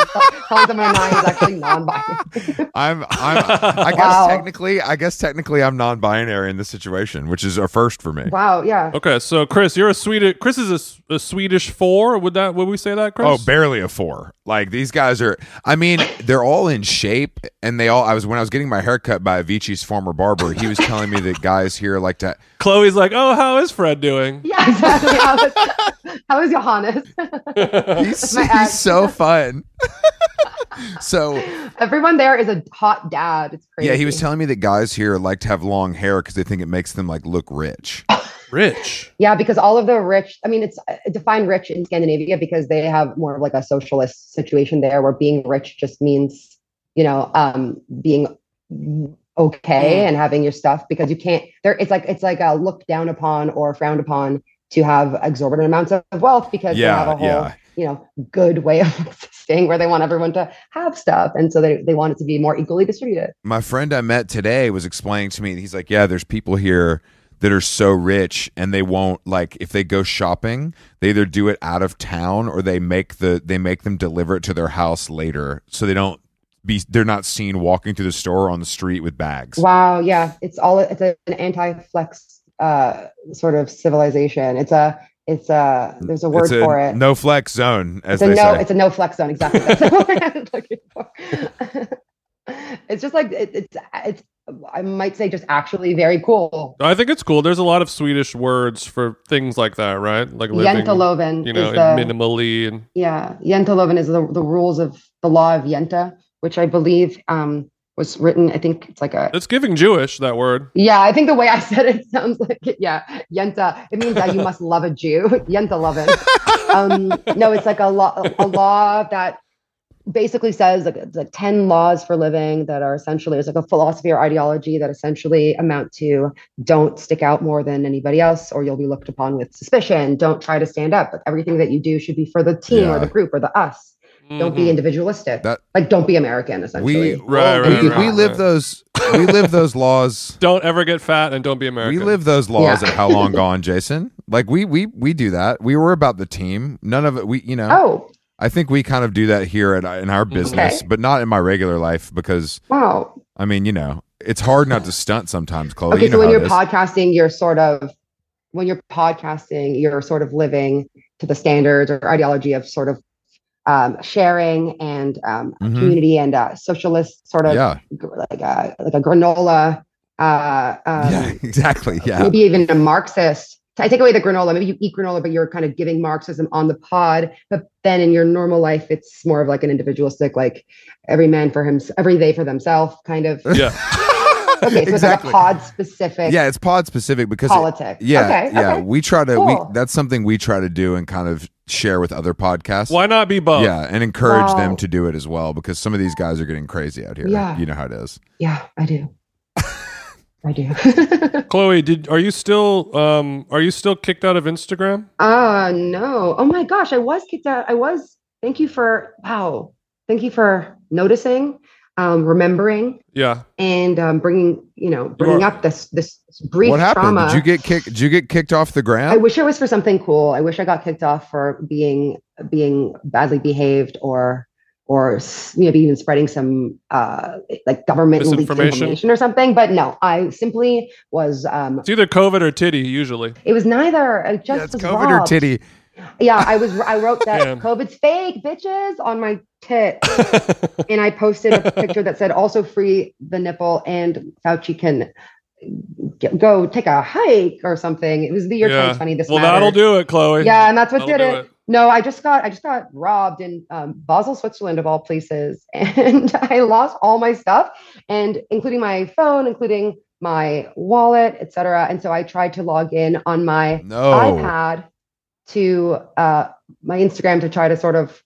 Telling someone I'm not is actually non-binary.
I'm I'm I guess
Wow.
technically I guess technically I'm non-binary in this situation, which is a first for me.
wow. Yeah.
Okay, so Chris, you're a Swedish. Chris is a S- a, Swedish four. Would that would we say that, Chris?
Oh, barely a four. Like these guys are. I mean, they're all in shape, and they all. I was when I was getting my haircut by Avicii's former barber. He was telling me that guys here like to.
Chloe's like, oh, how is Fred doing?
Yeah. Exactly. How is, how is Johannes?
He's,
my
he's
ad.
so fun. so
Everyone there is a hot dad. It's crazy.
yeah, he was telling me that guys here like to have long hair because they think it makes them like look rich.
Rich.
Yeah, because all of the rich, I mean, it's uh, define rich in Scandinavia because they have more of like a socialist situation there where being rich just means, you know, um, being okay
Mm.
and having your stuff because you can't there it's like it's like a looked down upon or frowned upon to have exorbitant amounts of wealth because they have a
Yeah,
whole
yeah.
you know good way of existing where they want everyone to have stuff and so they, they want it to be more equally distributed
my friend I met today was explaining to me, he's like, Yeah, there's people here that are so rich and they won't like if they go shopping, they either do it out of town or they make the they make them deliver it to their house later so they don't be they're not seen walking through the store or on the street with bags.
Wow, yeah, it's all it's a, an anti-flex uh, sort of civilization. It's a it's a there's a word
It's a
for it.
no flex zone, as
it's a
they
no
say.
it's a no flex zone exactly. That's the word I'm looking for. it's just like it, it's it's I might say just actually very cool.
I think it's cool. There's a lot of Swedish words for things like that, right? Like living,
Jentaloven
you know,
is the
and minimally. And
yeah Jentaloven is the the rules of the law of Jenta, which I believe um, was written. I think it's like a
it's giving Jewish that word.
Yeah, I think the way I said it sounds like it. Yeah, yenta. It means that you must love a Jew. Yenta loving. Um, no, it's like a law, a law that basically says like, it's like ten laws for living that are essentially it's like a philosophy or ideology that essentially amount to don't stick out more than anybody else or you'll be looked upon with suspicion. Don't try to stand up. Like everything that you do should be for the team or
Yeah. Mm-hmm.
the group or the us. Don't
Mm-hmm.
be individualistic.
That-
like don't be American.
we
Essentially,
Right,
we-
right,
we,
right,
live
right.
those we live those laws
Don't ever get fat and don't be American.
We live those laws
Yeah.
of how long gone, Jason. Like we we we do that. We were about the team. None of it. We you know.
oh
I think we kind of do that here at, in our business, but not in my regular life because
wow,
I mean you know it's hard not to stunt sometimes, Chloe.
okay
Oh, you know
so when
how it
you're
is.
podcasting you're sort of when you're podcasting you're sort of living to the standards or ideology of sort of um, sharing and um,
Mhm.
community and uh, socialist sort of
yeah,
gr- like a like a granola uh, um,
yeah, exactly. Yeah,
maybe even a Marxist. I take away the granola. Maybe you eat granola, but you're kind of giving Marxism on the pod. But then in your normal life, it's more of like an individualistic, like every man for himself, every they for themselves kind of.
Yeah.
Okay, so
exactly.
it's like a pod specific
yeah, it's pod specific because it-
politics.
yeah,
Okay.
yeah.
Okay.
We try to.
Cool.
We that's something we try to do and kind of share with other podcasts.
Why not be both?
Yeah, and encourage them
Wow.
to do it as well because some of these guys are getting crazy out here.
Yeah.
you know how it is.
Yeah, I do. I do.
Chloe, did are you still um are you still kicked out of Instagram?
Ah, no. Oh my gosh, I was kicked out. I was. Thank you for wow. Thank you for noticing, um, remembering,
Yeah.
and um, bringing you know bringing up this this brief
what happened?
trauma.
Did you get kicked? Did you get kicked off the
I
ground?
wish it was for something cool. I wish I got kicked off for being being badly behaved or or s- maybe even spreading some uh, like government leaked
Misinformation?
information or something. But no, I simply was. Um,
It's either COVID or titty usually.
it was neither. I just
Yeah, it's
was
COVID or
robbed.
titty.
Yeah, I was. I wrote that
Yeah.
COVID's fake, bitches, on my tit, and I posted a picture that said also free the nipple and Fauci can get, go take a hike or something. It was the year
Yeah.
2020. This
well,
mattered.
that'll do it, Chloe.
Yeah, and that's what
That'll
did
do
it.
it.
No, I just got I just got robbed in um, Basel, Switzerland, of all places, and I lost all my stuff, and including my phone, including my wallet, etc. And so I tried to log in on my
No.
iPad to uh, my Instagram to try to sort of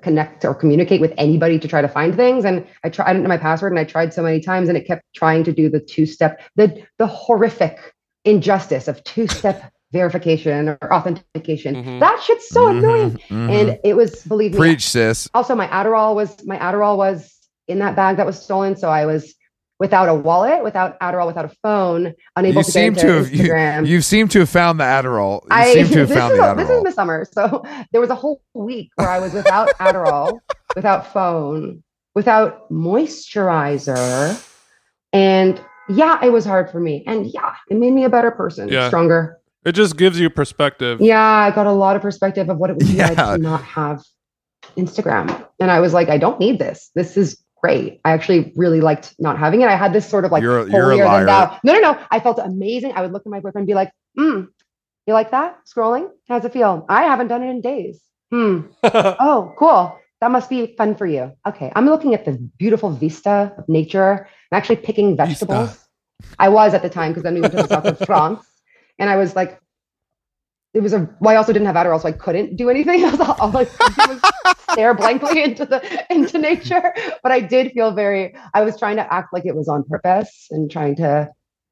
connect or communicate with anybody to try to find things. And I tried, I didn't know my password and I tried so many times and it kept trying to do the two step, the, the horrific injustice of two step verification or authentication.
Mhm.
That shit's so
Mhm,
annoying.
mhm.
And it was, believe me,
Preach, sis.
also my Adderall was, my Adderall was in that bag that was stolen. So I was without a wallet, without Adderall, without a phone, unable
You
to
seem
get into
to have
Instagram.
you, you seem to have found the Adderall. You
Um, I
seem to have
this,
found
is,
the
a- this is
Adderall.
midsummer, so there was a whole week where I was without Adderall, without phone, without moisturizer, and yeah, it was hard for me. And yeah, it made me a better person,
Yeah.
stronger.
It just gives you perspective.
Yeah, I got a lot of perspective of what it would be
Yeah.
like to not have Instagram, and I was like, I don't need this. This is great. I actually really liked not having it. I had this sort of like
You're a-
holier
you're a liar.
than thou- No, no, no. I felt amazing. I would look at my boyfriend and be like, "Hmm, you like that scrolling? How's it feel? I haven't done it in days. Hmm.
Mm-hmm.
Oh, cool. That must be fun for you. Okay, I'm looking at the beautiful vista of nature. I'm actually picking
Vista.
vegetables. I was at the time because then we went to the south of France, and I was like, it was a. Well, I also didn't have Adderall, so I couldn't do anything. I was all, all I could do was stare blankly into the into nature. But I did feel very. I was trying to act like it was on purpose and trying to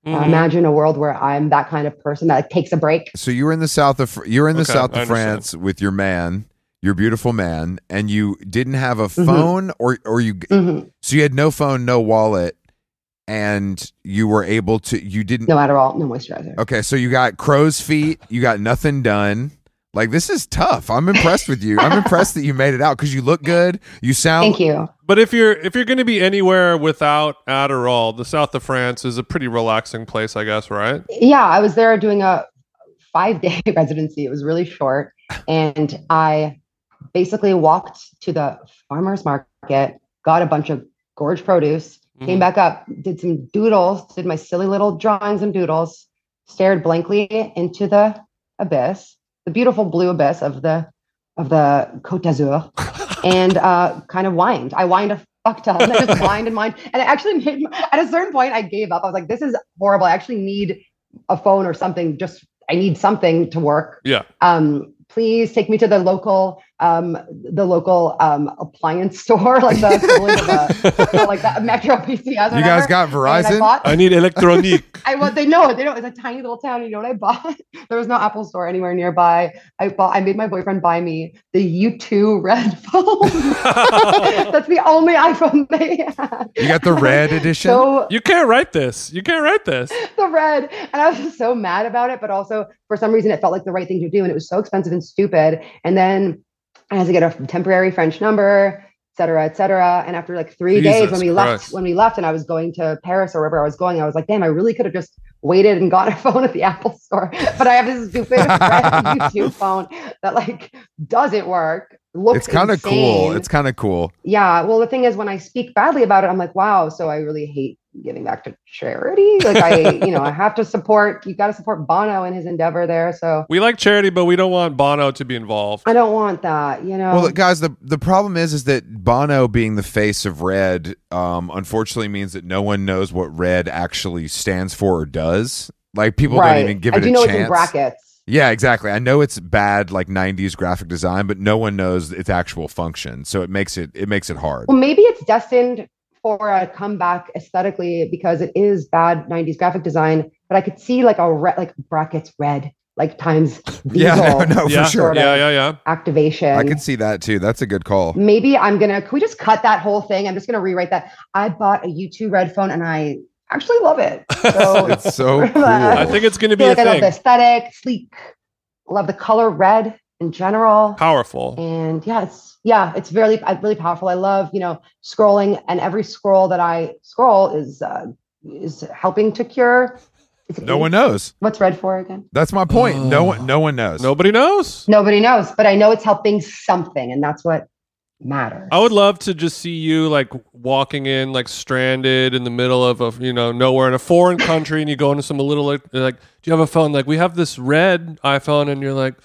uh,
Mhm.
imagine a world where I'm that kind of person that like, takes a break.
So you were in the south of Fr- you were in the
Okay,
south
I understand.
of France with your man, your beautiful man, and you didn't have a
Mhm.
phone or or you
Mhm.
so you had no phone, no wallet, and you were able to you didn't
No Adderall, no moisturizer.
Okay, so you got crow's feet, you got nothing done. Like this is tough. I'm impressed with you. I'm impressed that you made it out because you look good. You sound
Thank you.
But if you're if you're going to be anywhere without Adderall, the south of France is a pretty relaxing place, I guess, right?
yeah, I was there doing a five day residency. It was really short. And I basically walked to the farmer's market, got a bunch of gorge produce, came back up, did some doodles, did my silly little drawings and doodles, stared blankly into the abyss, the beautiful blue abyss of the of the Côte d'Azur, and uh, kind of whined. I whined a fuck ton. I just whined and whined, and it actually made. My, at a certain point, I gave up. I was like, "This is horrible. I actually need a phone or something. Just I need something to work."
Yeah.
um, please take me to the local um, the local um, appliance store, like the equivalent of a- like the Metro PCS. Or
you guys
whatever.
got
And I
Verizon?
bought.
I need electronique.
I what they know they don't. It's a tiny little town. You know what I bought? There was no Apple store anywhere nearby. I bought. I made my boyfriend buy me the U two red phone. That's the only iPhone they had.
You got the red edition?
So
you can't write this. You can't write this.
the red. And I was just so mad about it, but also for some reason it felt like the right thing to do. And it was so expensive and stupid. And then I had to get a temporary French number, et cetera, et cetera. And after like three
Jesus
days when we
Christ.
left, when we left and I was going to Paris or wherever I was going, I was like, damn, I really could have just waited and got a phone at the Apple store. But I have this stupid red YouTube phone that like doesn't work. Looks
it's kind of cool.
insane.
It's kind of cool.
Yeah. Well, the thing is, when I speak badly about it, I'm like, wow, so I really hate giving back to charity. Like, I, you know, I have to support, you got to support Bono in his endeavor there. So
We like charity, but we don't want Bono to be involved.
I don't want that, you know?
Well, look, guys, the the problem is is that Bono being the face of Red, um, unfortunately means that no one knows what Red actually stands for or does. Like people don't even give
I
it
do
a
know
chance.
it's in brackets.
Yeah, exactly. I know it's bad like 90s graphic design, but no one knows its actual function. So it makes it it makes it hard.
Well, maybe it's destined for a comeback aesthetically because it is bad 90s graphic design, but I could see like a red, like brackets red, like times
yeah,
diesel
no, no,
yeah,
for sure.
Yeah, yeah, yeah.
activation.
I can see that too. That's a good call.
maybe I'm gonna. Can we just cut that whole thing? I'm just gonna rewrite that. I bought a U2 red phone and I actually love it. So
It's so cool.
I think it's going to
I
be
feel
a
like I love the
thing.
aesthetic, sleek. Love the color red in general.
Powerful.
And yeah, it's yeah, it's really uh, really powerful. I love you know scrolling, and every scroll that I scroll is uh, is helping to cure. is it
No
AIDS?
one knows.
What's red for again?
That's my point. no
Oh.
one no one knows.
Nobody knows.
Nobody knows, but I know it's helping something, and that's what matters.
I would love to just see you like walking in, like stranded in the middle of a you know nowhere in a foreign country, and you go into some little like, they're like, do you have a phone? Like we have this red iPhone, and you're like,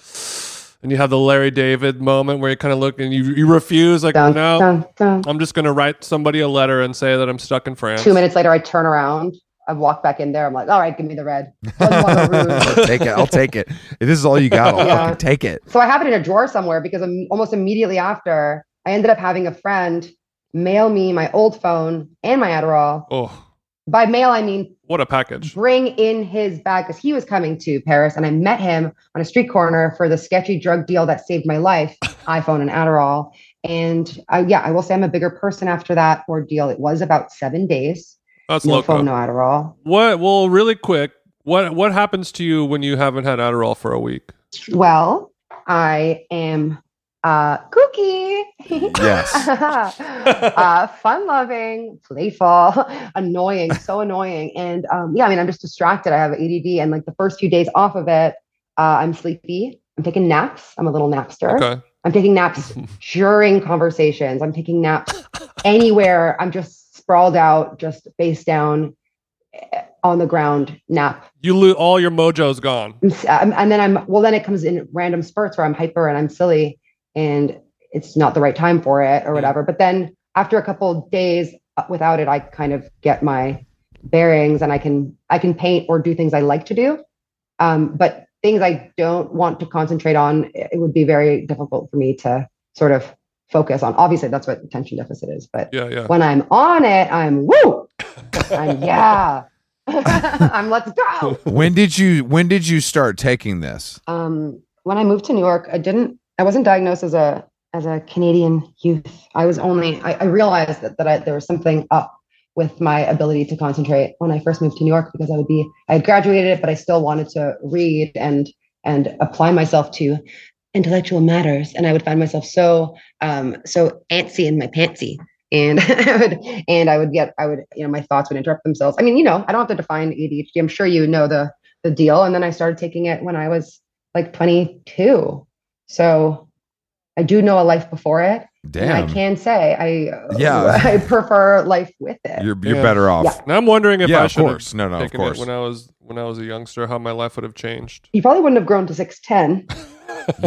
and you have the Larry David moment where you kind of look and you you refuse, like
Dun,
no,
dun, dun.
I'm just gonna write somebody a letter and say that I'm stuck in France.
Two minutes later, I turn around. I walk back in there. I'm like, all right, give me the red. Doesn't want the rude.
take it. I'll take it. If this is all you got, I'll
Yeah.
fucking take it.
so I have it in a drawer somewhere because I'm almost immediately after I ended up having a friend mail me my old phone and my Adderall.
Oh,
By mail, I mean
what a package!
bring in his bag because he was coming to Paris, and I met him on a street corner for the sketchy drug deal that saved my life, iPhone and Adderall. And uh, yeah, I will say I'm a bigger person after that ordeal. It was about seven days,
That's
no
loco.
phone, no Adderall.
What? Well, really quick. What What happens to you when you haven't had Adderall for a week?
Well, I am uh, kooky.
Yes.
uh, fun loving, playful, annoying, so annoying. And um, yeah, I mean, I'm just distracted. I have ADD, and like the first few days off of it, uh, I'm sleepy. I'm taking naps. I'm a little napster.
Okay.
I'm taking naps during conversations. I'm taking naps anywhere. I'm just sprawled out, just face down eh, on the ground, nap
You lose all your mojo's gone.
I'm, s- I'm- and then I'm well. Then it comes in random spurts where I'm hyper and I'm silly, and it's not the right time for it or whatever. But then after a couple of days without it, I kind of get my bearings and I can I can paint or do things I like to do. Um, but things I don't want to concentrate on, it it would be very difficult for me to sort of focus on. Obviously, that's what attention deficit is. But
Yeah, yeah.
when I'm on it, I'm woo. I'm yeah. I'm let's go
when did you when did you start taking this?
um, when I moved to New York, I didn't, I wasn't diagnosed as a, as a Canadian youth. I was only, I, I realized that, that I, there was something up with my ability to concentrate when I first moved to New York, because I would be, I had graduated, but I still wanted to read and, and apply myself to intellectual matters. And I would find myself so, um, so antsy in my pantsy. And I would, and I would get, I would, you know, my thoughts would interrupt themselves. I mean, you know, I don't have to define ADHD. I'm sure you know the, the deal. And then I started taking it when I was like 22. So I do know a life before it. And I
Damn.
can say I uh,
Yeah.
I prefer life with it.
You're you're
Yeah.
better off.
Yeah.
And I'm wondering if
yeah,
I
of
should
course.
have
No, no, of
taken it
course.
when I was when I was a youngster. How my life would have changed.
you probably wouldn't have grown to 6'10.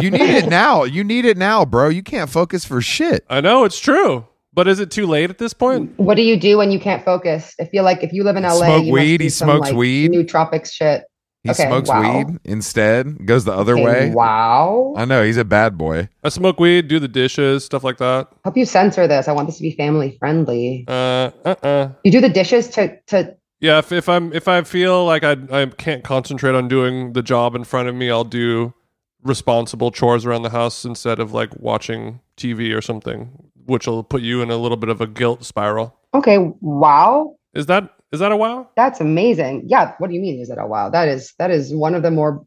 you need it now. You need it now, bro. You can't focus for shit.
I know it's true, but is it too late at this point?
What do you do when you can't focus? I feel like if you live in LA,
Smoke
you
weed,
do
he
some,
smokes
like,
weed.
nootropics shit.
He
Okay,
smokes
wow.
weed instead. Goes the other
Okay,
way.
wow.
I know he's a bad boy.
I smoke weed, do the dishes, stuff like that.
Help you censor this. I want this to be family friendly.
Uh, uh, uh.
You do the dishes to to
Yeah, if, if I'm if I feel like I I can't concentrate on doing the job in front of me, I'll do responsible chores around the house instead of like watching TV or something, which will put you in a little bit of a guilt spiral.
Okay, wow.
Is that is that a wow?
That's amazing. Yeah. What do you mean? Is it a wow? That is that is one of the more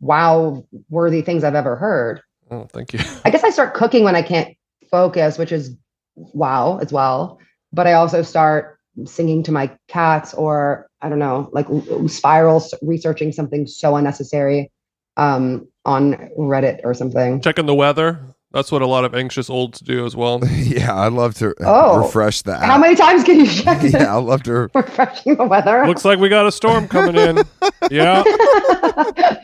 wow worthy things I've ever heard.
Oh, thank you.
I guess I start cooking when I can't focus, which is wow as well. But I also start singing to my cats, or I don't know, like l- spirals researching something so unnecessary um, on Reddit or something.
Checking the weather. That's what a lot of anxious olds do as well.
yeah, I love to
Oh.
refresh the
Uh,
app.
How many times can you check it?
yeah, I love to.
refreshing the weather?
Looks like we got a storm coming in. Yeah.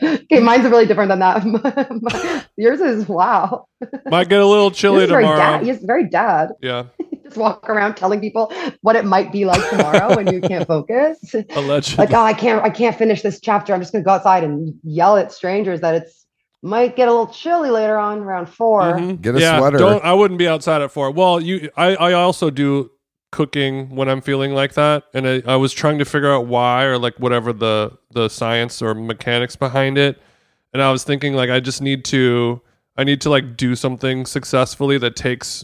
okay, mine's really different than that. Yours is wow.
Might get a little
Yours
chilly
is very
tomorrow.
dad. Yours is very dad.
Yeah.
Just walk around telling people what it might be like tomorrow when you can't focus.
Allegedly.
like oh i can't i can't finish this chapter i'm just going to go outside and yell at strangers that it's might get a little chilly later on around 4
Mhm.
Get a sweater.
Don't, I wouldn't be outside at four. Well, you, I, I also do cooking when I'm feeling like that, and I, I was trying to figure out why or like whatever the the science or mechanics behind it, and I was thinking like I just need to I need to like do something successfully that takes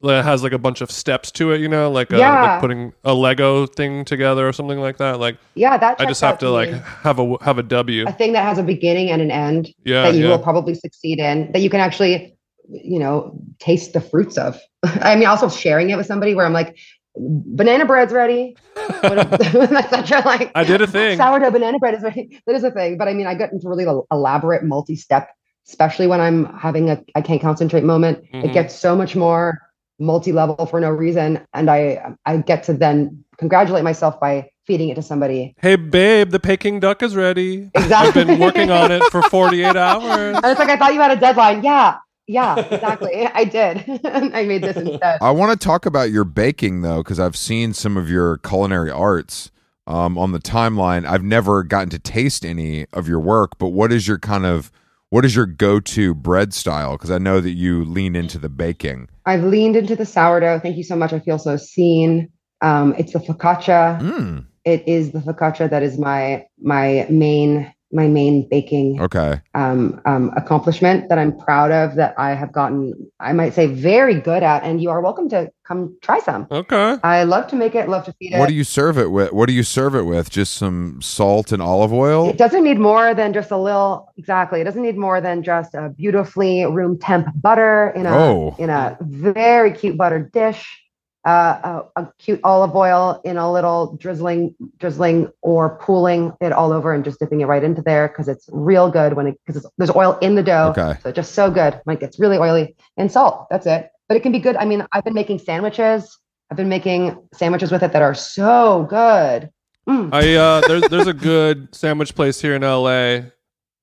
that has like a bunch of steps to it, you know, like, uh
Yeah.
like putting a Lego thing together or something like that. Like
yeah that
I
checks
just
out
have to like
me.
have a have a W.
a thing that has a beginning and an end
Yeah,
that you
yeah.
will probably succeed in that you can actually you know taste the fruits of i mean also sharing it with somebody where i'm like banana bread's ready That's such a, like
I did a thing.
sourdough banana bread is ready. that is a thing but i mean i get into really el- elaborate multi-step especially when i'm having a i can't concentrate moment
Mhm.
it gets so much more multi-level for no reason and i i get to then congratulate myself by feeding it to somebody
Hey babe, the Peking duck is ready. I've
exactly
been working on it for 48 hours.
And it's like I thought you had a deadline. Yeah, yeah, exactly. I did. I made this instead.
I want to talk about your baking though, because I've seen some of your culinary arts um, on the timeline. I've never gotten to taste any of your work, but what is your kind of what is your go-to bread style? Because I know that you lean into the baking.
I've leaned into the sourdough. Thank you so much. I feel so seen. Um, it's the focaccia.
Mm.
It is the focaccia that is my my main my main baking
Mm, Okay.
um, um, accomplishment that I'm proud of that I have gotten, I might say, very good at. And you are welcome to come try some.
Okay.
I love to make it, love to feed it.
What do you serve it with? What do you serve it with? Just some salt and olive oil?
It doesn't need more than just a little. Exactly, it doesn't need more than just a beautifully room temp butter in a
Oh.
in a very cute butter dish, uh, a, a cute olive oil in a little drizzling, drizzling or pooling it all over and just dipping it right into there because it's real good when it because there's oil in the dough,
Okay.
so it's just so good. Like it's really oily and salt. That's it. But it can be good. I mean, I've been making sandwiches. I've been making sandwiches with it that are so good. Mm.
I uh, there's there's a good sandwich place here in LA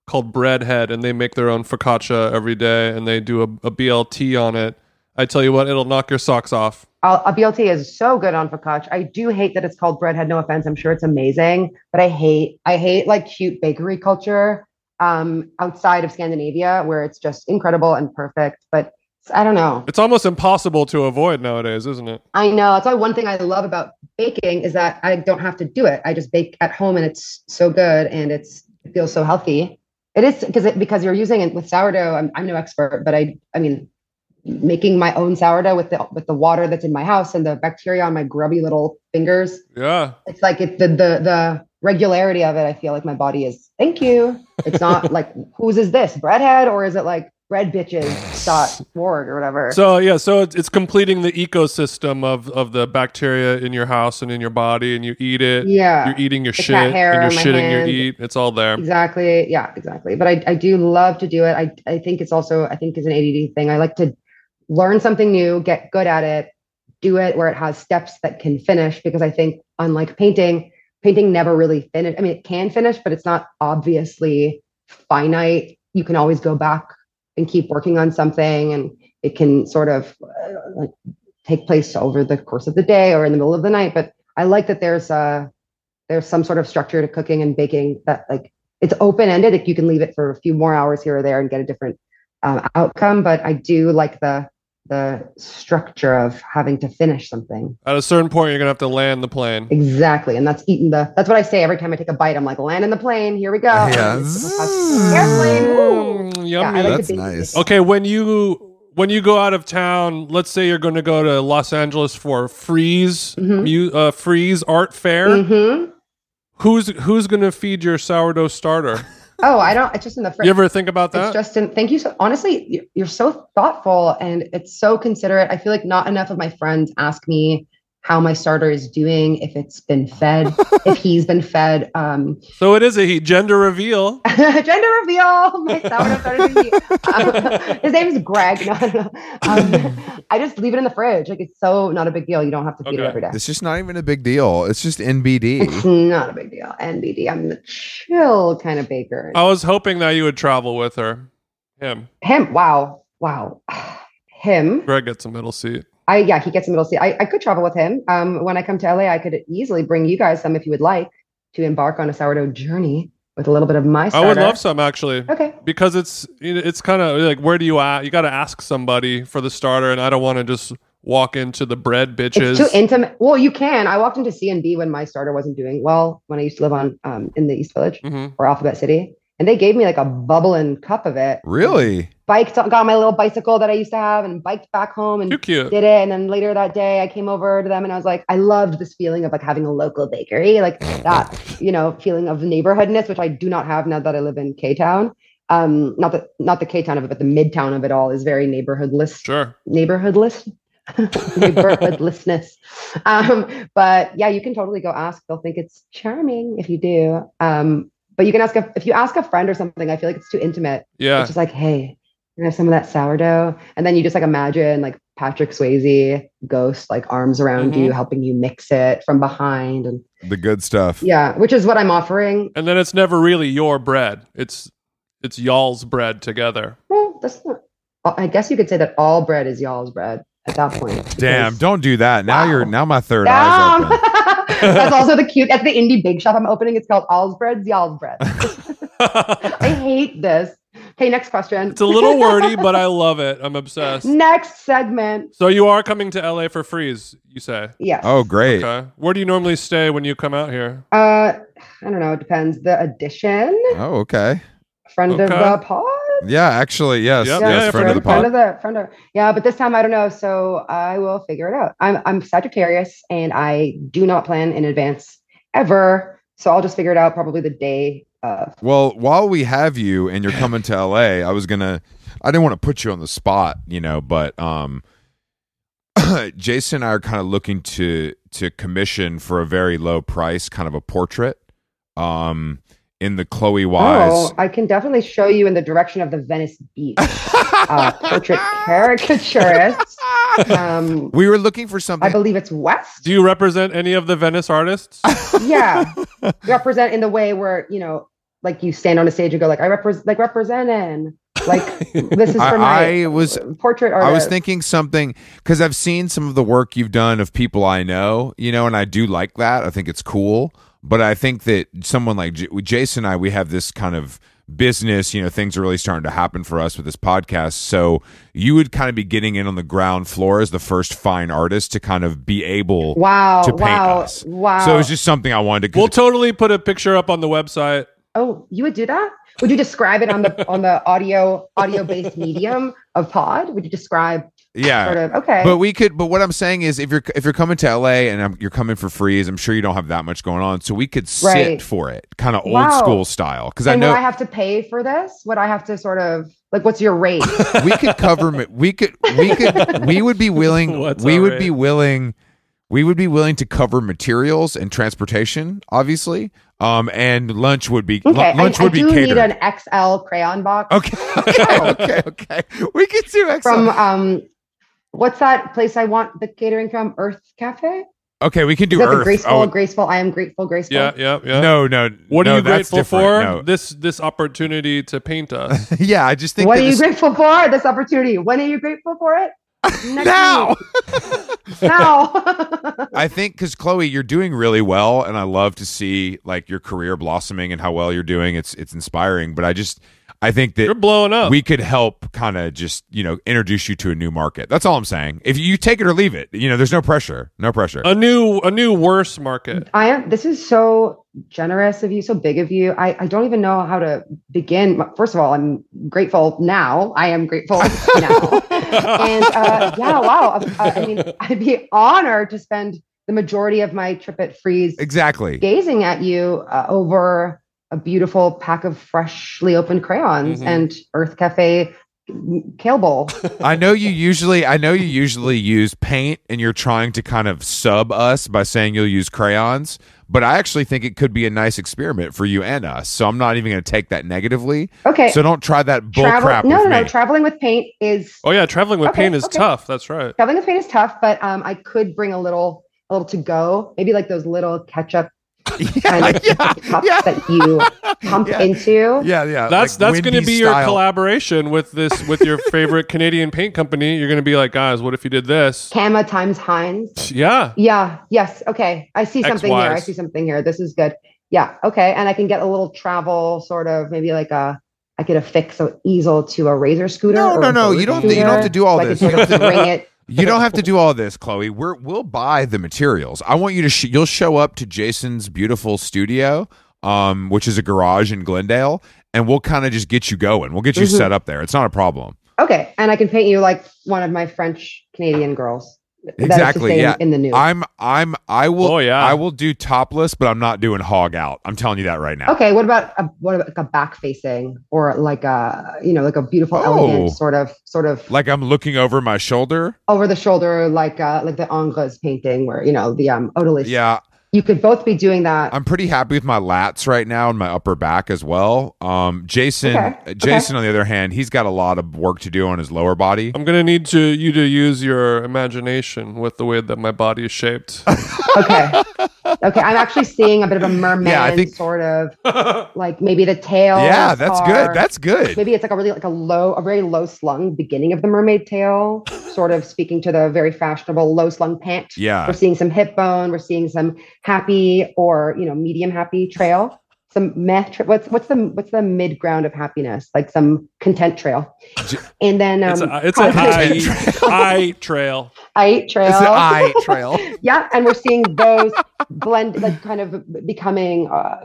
called Breadhead, and they make their own focaccia every day, and they do a, a BLT on it. I tell you what, it'll knock your socks off.
I'll, a BLT is so good on focaccia. I do hate that it's called breadhead. No offense, I'm sure it's amazing, but I hate I hate like cute bakery culture um, outside of Scandinavia where it's just incredible and perfect. But I don't know.
It's almost impossible to avoid nowadays, isn't it?
I know that's why one thing I love about baking is that I don't have to do it. I just bake at home, and it's so good, and it's it feels so healthy. It is because it because you're using it with sourdough. I'm, I'm no expert, but I I mean, making my own sourdough with the with the water that's in my house and the bacteria on my grubby little fingers.
Yeah.
It's like it, the the the regularity of it. I feel like my body is thank you. It's not like whose is this breadhead or is it like bread bitches dot org or whatever.
So yeah, so it's, it's completing the ecosystem of of the bacteria in your house and in your body, and you eat it.
yeah.
You're eating your
The cat
shit, and
hair on
you're
my
shitting your
hand.
eat. It's all there.
Exactly. Yeah, exactly. But I, I do love to do it. I, I think it's also, I think it's an ADD thing. I like to learn something new, get good at it, do it where it has steps that can finish because I think unlike painting, painting never really finish. I mean, it can finish, but it's not obviously finite. You can always go back and keep working on something and it can sort of uh, like take place over the course of the day or in the middle of the night. But I like that there's a, there's some sort of structure to cooking and baking that like it's open ended. Like you can leave it for a few more hours here or there and get a different um, outcome. But I do like the the structure of having to finish something
At a certain point, you're gonna have to land the plane.
exactly, and that's eating the. That's what I say every time I take a bite. I'm like, land in the plane. Here we go.
Yeah.
Airplane. Ooh.
Mm, yummy.
Yeah, I like
That's
to bake.
nice.
Okay, when you when you go out of town, let's say you're going to go to Los Angeles for Freeze
Mhm.
mu- uh, Freeze Art Fair.
Mhm.
Who's who's going to feed your sourdough starter?
Oh, I don't. It's just in the fridge.
You ever think about that?
It's Justin, thank you so honestly. you- You're so thoughtful and it's so considerate. I feel like not enough of my friends ask me how my starter is doing, if it's been fed, if he's been fed. Um,
so it is a he- gender reveal.
gender reveal. My sourdough starter. to eat. Um, his name is Greg. No, no, no. Um, I just leave it in the fridge. Like it's so not a big deal. You don't have to feed
Okay.
it every day.
It's just not even a big deal. It's just NBD.
It's not a big deal. NBD. I'm the chill kind of baker.
I was hoping that you would travel with her. Him.
Him. Wow. Wow. Him.
Greg gets a middle seat.
I yeah, he gets a middle seat. I, I could travel with him. Um, when I come to LA, I could easily bring you guys some if you would like to embark on a sourdough journey with a little bit of my starter.
I would love some actually.
Okay.
Because it's it's kind of like where do you at? You got to ask somebody for the starter, and I don't want to just walk into the bread bitches.
It's too intimate. Well, you can. I walked into C and B when my starter wasn't doing well when I used to live on um, in the East Village
hmm
or Alphabet City, and they gave me like a bubbling cup of it.
Really?
Biked, on- got my little bicycle that I used to have, and biked back home and
Too cute.
did it. And then later that day, I came over to them and I was like, I loved this feeling of like having a local bakery, like that, you know, feeling of neighborhoodness, which I do not have now that I live in K Town. Um, not the not the K Town of it, but the midtown of it all is very neighborhoodless
Sure.
neighborhoodless neighborhoodlessness um but yeah you can totally go ask they'll think it's charming if you do um but you can ask a, if you ask a friend or something i feel like it's too intimate
Yeah.
it's just like hey you have some of that sourdough and then you just like imagine like patrick swayze ghost like arms around
Mhm.
Mm-hmm.
you helping you mix it from behind and
The good stuff.
yeah which is what i'm offering
And then it's never really your bread. It's it's y'all's bread together.
well that's not i guess you could say that all bread is y'all's bread at that point
Damn,
because-
don't do that. Now
Wow.
you're now my third eye's
Damn.
open.
That's also the cute. That's the indie big shop I'm opening. It's called All's Breads, Y'all's Bread.
it's
I hate this. Okay, next question.
a little wordy, but I love it. I'm obsessed.
next segment.
So you are coming to LA for freeze, you say.
Yes.
Oh, great.
Okay. Where do you normally stay when you come out here?
Uh, I don't know. It depends. The addition,
Oh, okay.
friend of
Okay.
the pod.
Yeah, actually, yes,
Yep.
yes,
Yeah, yeah,
friend of the
friend
pod.
of the friend of yeah. But this time I don't know, so I will figure it out. I'm I'm Sagittarius, and I do not plan in advance ever. So I'll just figure it out probably the day of.
Well, while we have you and you're coming to LA, I was gonna I didn't want to put you on the spot, you know, but um Jason and I are kind of looking to to commission for a very low price, kind of a portrait. Um in the Chloe Wise.
Oh, I can definitely show you in the direction of the Venice Beach uh, portrait caricaturist. Um,
we were looking for
I
something
believe it's West.
Do you represent any of the Venice artists?
yeah represent in the way where you know like you stand on a stage and go like i represent like representing like this is for
I,
my
I was
portrait artist
I was thinking something because I've seen some of the work you've done of people I know, you know, and I do like that. I think it's cool. But I think that someone like J- Jason and I, we have this kind of business, you know, things are really starting to happen for us with this podcast. So you would kind of be getting in on the ground floor as the first fine artist to kind of be able.
wow
to paint
wow
us.
wow
So it's just something I wanted to.
We'll totally put a picture up on the website.
oh you would do that would you describe it on the on the audio audio based medium of pod would you describe
yeah.
sort of okay
Uh, But we could. But what I'm saying is, if you're if you're coming to LA and i you're coming for free, is I'm sure you don't have that much going on, so we could sit
Right.
for it, kind of old
Wow.
school style. Because I
and
know
would i have to pay for this would i have to sort of like what's your rate
we could cover. ma- We could. We could. We would be willing.
What's
we
our
would
rate?
be willing. We would be willing to cover materials and transportation, obviously. Um, and lunch would be lu-
okay I,
lunch
I
would be
do need
catered.
an xl crayon box
okay. Okay. Okay. Okay. We could do
from
excellent.
um what's that place i want the catering from earth cafe
okay. We can
Is
do
that the
Earth.
graceful,
Oh,
graceful? I am grateful, graceful.
Yeah, yeah, yeah.
no, no.
What are
no,
you
that's
grateful
different.
for?
No.
This this opportunity to paint us.
Yeah, I just think
What
that
are you
this-
grateful for? This opportunity. When are you grateful for it? Next
now.
week. Now.
I think because Chloe, you're doing really well, and I love to see like your career blossoming and how well you're doing. It's it's inspiring, but I just I think
You're
that
blowing up.
we could help kind of just you know introduce you to a new market. That's all I'm saying. If you take it or leave it, you know, there's no pressure, no pressure.
a new a new worse market.
I am. This is so generous of you, so big of you. I, I don't even know how to begin. First of all, I'm grateful now. I am grateful now. and uh, yeah, wow. Uh, I mean, I'd be honored to spend the majority of my trip at Freeze
exactly.
gazing at you uh, over a beautiful pack of freshly opened crayons
Mm-hmm.
Mhm.
and Earth Cafe m- kale bowl.
I know you usually I know you usually use paint and you're trying to kind of sub us by saying you'll use crayons, but I actually think it could be a nice experiment for you and us. So I'm not even going to take that negatively.
Okay.
So don't try that bull
travel-
crap
no,
with
no, no.
me.
Traveling with paint is
Oh yeah, traveling with
Okay,
paint is
okay.
tough. That's right.
traveling with paint is tough, but um, I could bring a little, a little to go. Maybe like those little ketchup kind of cups
yeah.
that you pump
Yeah.
into.
yeah, yeah.
That's
Uh, like
that's going to
Wendy's
be your
style.
collaboration with this with your favorite Canadian paint company. You're going to be like, guys, what if you did this?
Kama times Heinz.
Yeah,
Yeah. Yes. Okay. I see something here. I
XYs.
see something here. This is good. Yeah. Okay. And I can get a little travel sort of maybe like a I could affix an easel to a razor scooter.
No,
or
no,
a
no,
bird
you don't have to- you don't have to
scooter.
do all
So I
this.
could sort of bring it.
You don't have to do all this, Chloe. We're we'll buy the materials. I want you to sh- you'll show up to Jason's beautiful studio, um, which is a garage in Glendale, and we'll kind of just get you going. We'll get you
Mhm.
set up there. It's not a problem.
Okay. And I can paint you like one of my French Canadian girls. That is to
Exactly,
say in-
yeah.
In the news.
I'm I'm I will
Oh, yeah.
I will do topless, but I'm not doing hog out. I'm telling you that right now.
okay. What about a, what about like a back facing or like a you know like a beautiful
Oh.
elegant sort of sort of
Like I'm looking over my shoulder.
over the shoulder like uh like the Angres painting where you know the um odalisque.
Yeah,
You could both be doing that.
I'm pretty happy with my lats right now and my upper back as well. Um, Jason,
Okay, okay.
Jason on the other hand, he's got a lot of work to do on his lower body.
I'm going to need to you to use your imagination with the way that my body is shaped.
okay. Okay. I'm actually seeing a bit of a merman
Yeah, I think-
sort of like maybe the tail.
yeah,
is
that's
carved.
good. That's good.
maybe it's like a really like a low, a very low slung beginning of the mermaid tail, sort of speaking to the very fashionable low slung pant.
Yeah.
We're seeing some hip bone, we're seeing some happy or you know, medium happy trail. some meh. Tri- what's what's the what's the mid ground of happiness? Like some content trail, and then um,
It's a, it's a high, high trail.
I trail.
It's the eye trail.
yeah and we're seeing those blend like kind of becoming uh,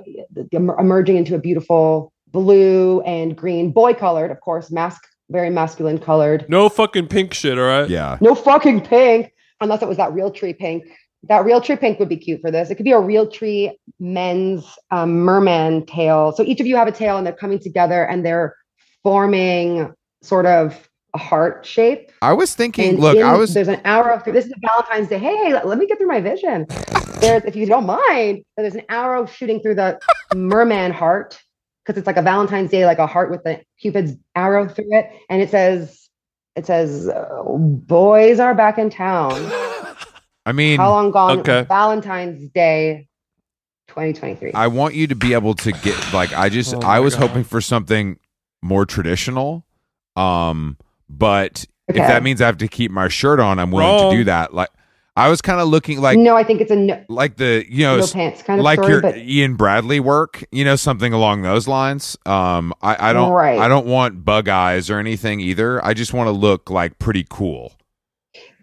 emerging into a beautiful blue and green boy colored of course mask very masculine colored
No fucking pink shit, all right?
Yeah.
no fucking pink unless it was that real tree pink that real tree pink would be cute for this it could be a real tree men's um, merman tail so each of you have a tail and they're coming together and they're forming sort of a heart shape
I was thinking,
and
look,
in-
I was
there's an hour of this is Valentine's Day. Hey, let, let me get through my vision. There's, if you don't mind, there's an arrow shooting through the merman heart because it's like a Valentine's Day, like a heart with the Cupid's arrow through it, and it says, it says, uh, boys are back in town.
I mean,
How long gone?
Okay.
Valentine's Day, 2023.
I want you to be able to get like I just
Oh my
I was
God.
hoping for something more traditional. Um but
Okay.
if that means I have to keep my shirt on, I'm willing
Wrong.
to do that. Like I was kind of looking like
no, I think it's a no,
like the you know
no
s-
pants kind of
like
story,
your
but
Ian Bradley work, you know, something along those lines. Um I I don't
Right.
I don't want bug eyes or anything either. I just want to look like pretty cool.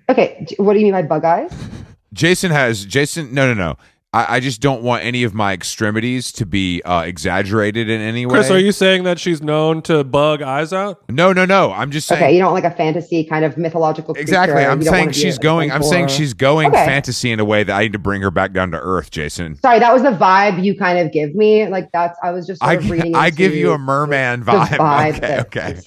okay. j- What do you mean by bug eyes?
Jason has Jason. No, no, no. I, I just don't want any of my extremities to be uh, exaggerated in any way.
Chris, are you saying that she's known to bug eyes out?
No, no, no. I'm just saying.
Okay, you don't want like a fantasy kind of mythological. creature,
Exactly. I'm
you don't
saying
wanna be
she's
a
going. I'm saying
centaur.
she's going
Okay.
fantasy in a way that I need to bring her back down to earth, Jason.
Sorry, that was the vibe you kind of give me. Like that's I was just sort
I,
of reading.
I
into
give you a merman
the
vibe.
vibe
Okay,
that-
okay.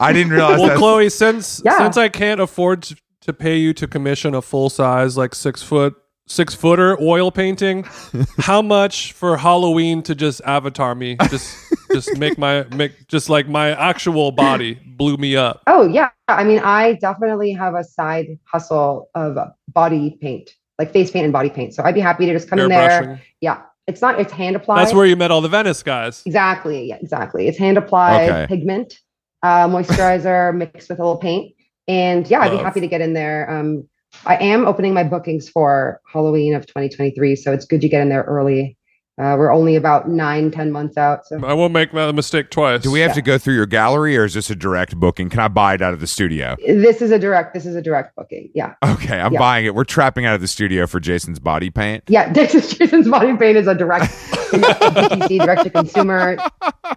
I didn't realize
Well,
that's
Chloe, since
Yeah.
since I can't afford to, to pay you to commission a full size, like six foot six footer oil painting, how much for Halloween to just avatar me? Just just make my make just like my actual body blew me up.
Oh yeah, I mean, I definitely have a side hustle of body paint, like face paint and body paint. So I'd be happy to just come in there.
Airbrushing.
Yeah, it's not. It's hand applied.
That's where you met all the Venice guys.
Exactly. Yeah, exactly. It's hand applied
Okay.
pigment, uh, moisturizer mixed with a little paint. And yeah, I'd be
Love.
happy to get in there. Um, I am opening my bookings for Halloween of 2023. So it's good you get in there early. Uh, we're only about nine, 10 months out. So
I won't make that mistake twice.
Do we have to go through your gallery, or is this a direct booking? Can I buy it out of the studio?
this is a direct, this is a direct booking. Yeah.
Okay, I'm
Yeah.
buying it. We're trapping out of the studio for Jason's body paint.
Yeah. This is Jason's body paint is a direct, DTC, direct to consumer,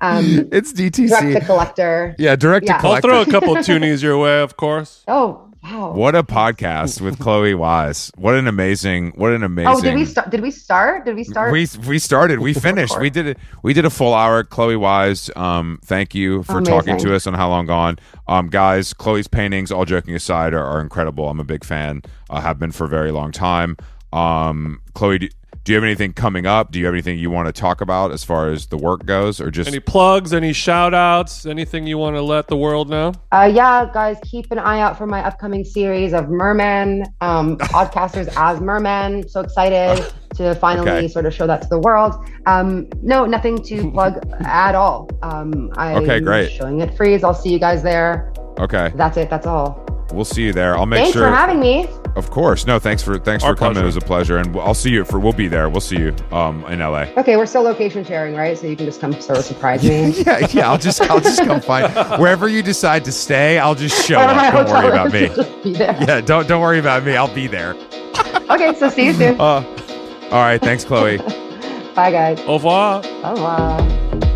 um,
It's
direct to
DTC.
collector.
Yeah, direct
Yeah.
to
I'll
collector.
throw a couple toonies your way, of course.
Oh, wow.
What a podcast with Chloe Wise. What an amazing, what an amazing.
Oh, did we start? Did we start? Did we start?
We we started. We finished. We did it. We did a full hour. Chloe Wise, um, thank you for talking
Amazing.
to us on How Long Gone. Um, guys, Chloe's paintings, all joking aside, are, are incredible. I'm a big fan. uh, have been for a very long time. Um, Chloe, do, do you have anything coming up? Do you have anything you want to talk about as far as the work goes, or just
Any plugs, any shout outs, anything you want to let the world know?
Uh, yeah, guys, keep an eye out for my upcoming series of Merman um, podcasters as Merman. So excited to finally
Okay.
sort of show that to the world. Um, no, nothing to plug at all. Um, I'm
Okay, great.
Showing it freeze. I'll see you guys there.
okay?
That's it. That's all.
We'll see you there. I'll make
Thanks
sure.
for having me.
of course. No, thanks for thanks
Our
for coming.
pleasure.
It was a pleasure, and we'll- I'll see you for. We'll be there. We'll see you um in LA.
Okay, we're still location sharing, right? So you can just come sort of surprise me.
yeah, yeah. I'll just, I'll just come find wherever you decide to stay. I'll just show
Wherever my
up. Don't
hotel
worry about
is,
me.
Just be there.
Yeah, don't, don't worry about me. I'll be there.
Okay, so see you soon.
Uh, all right. Thanks, Chloe.
Bye, guys.
Au revoir.
Au revoir.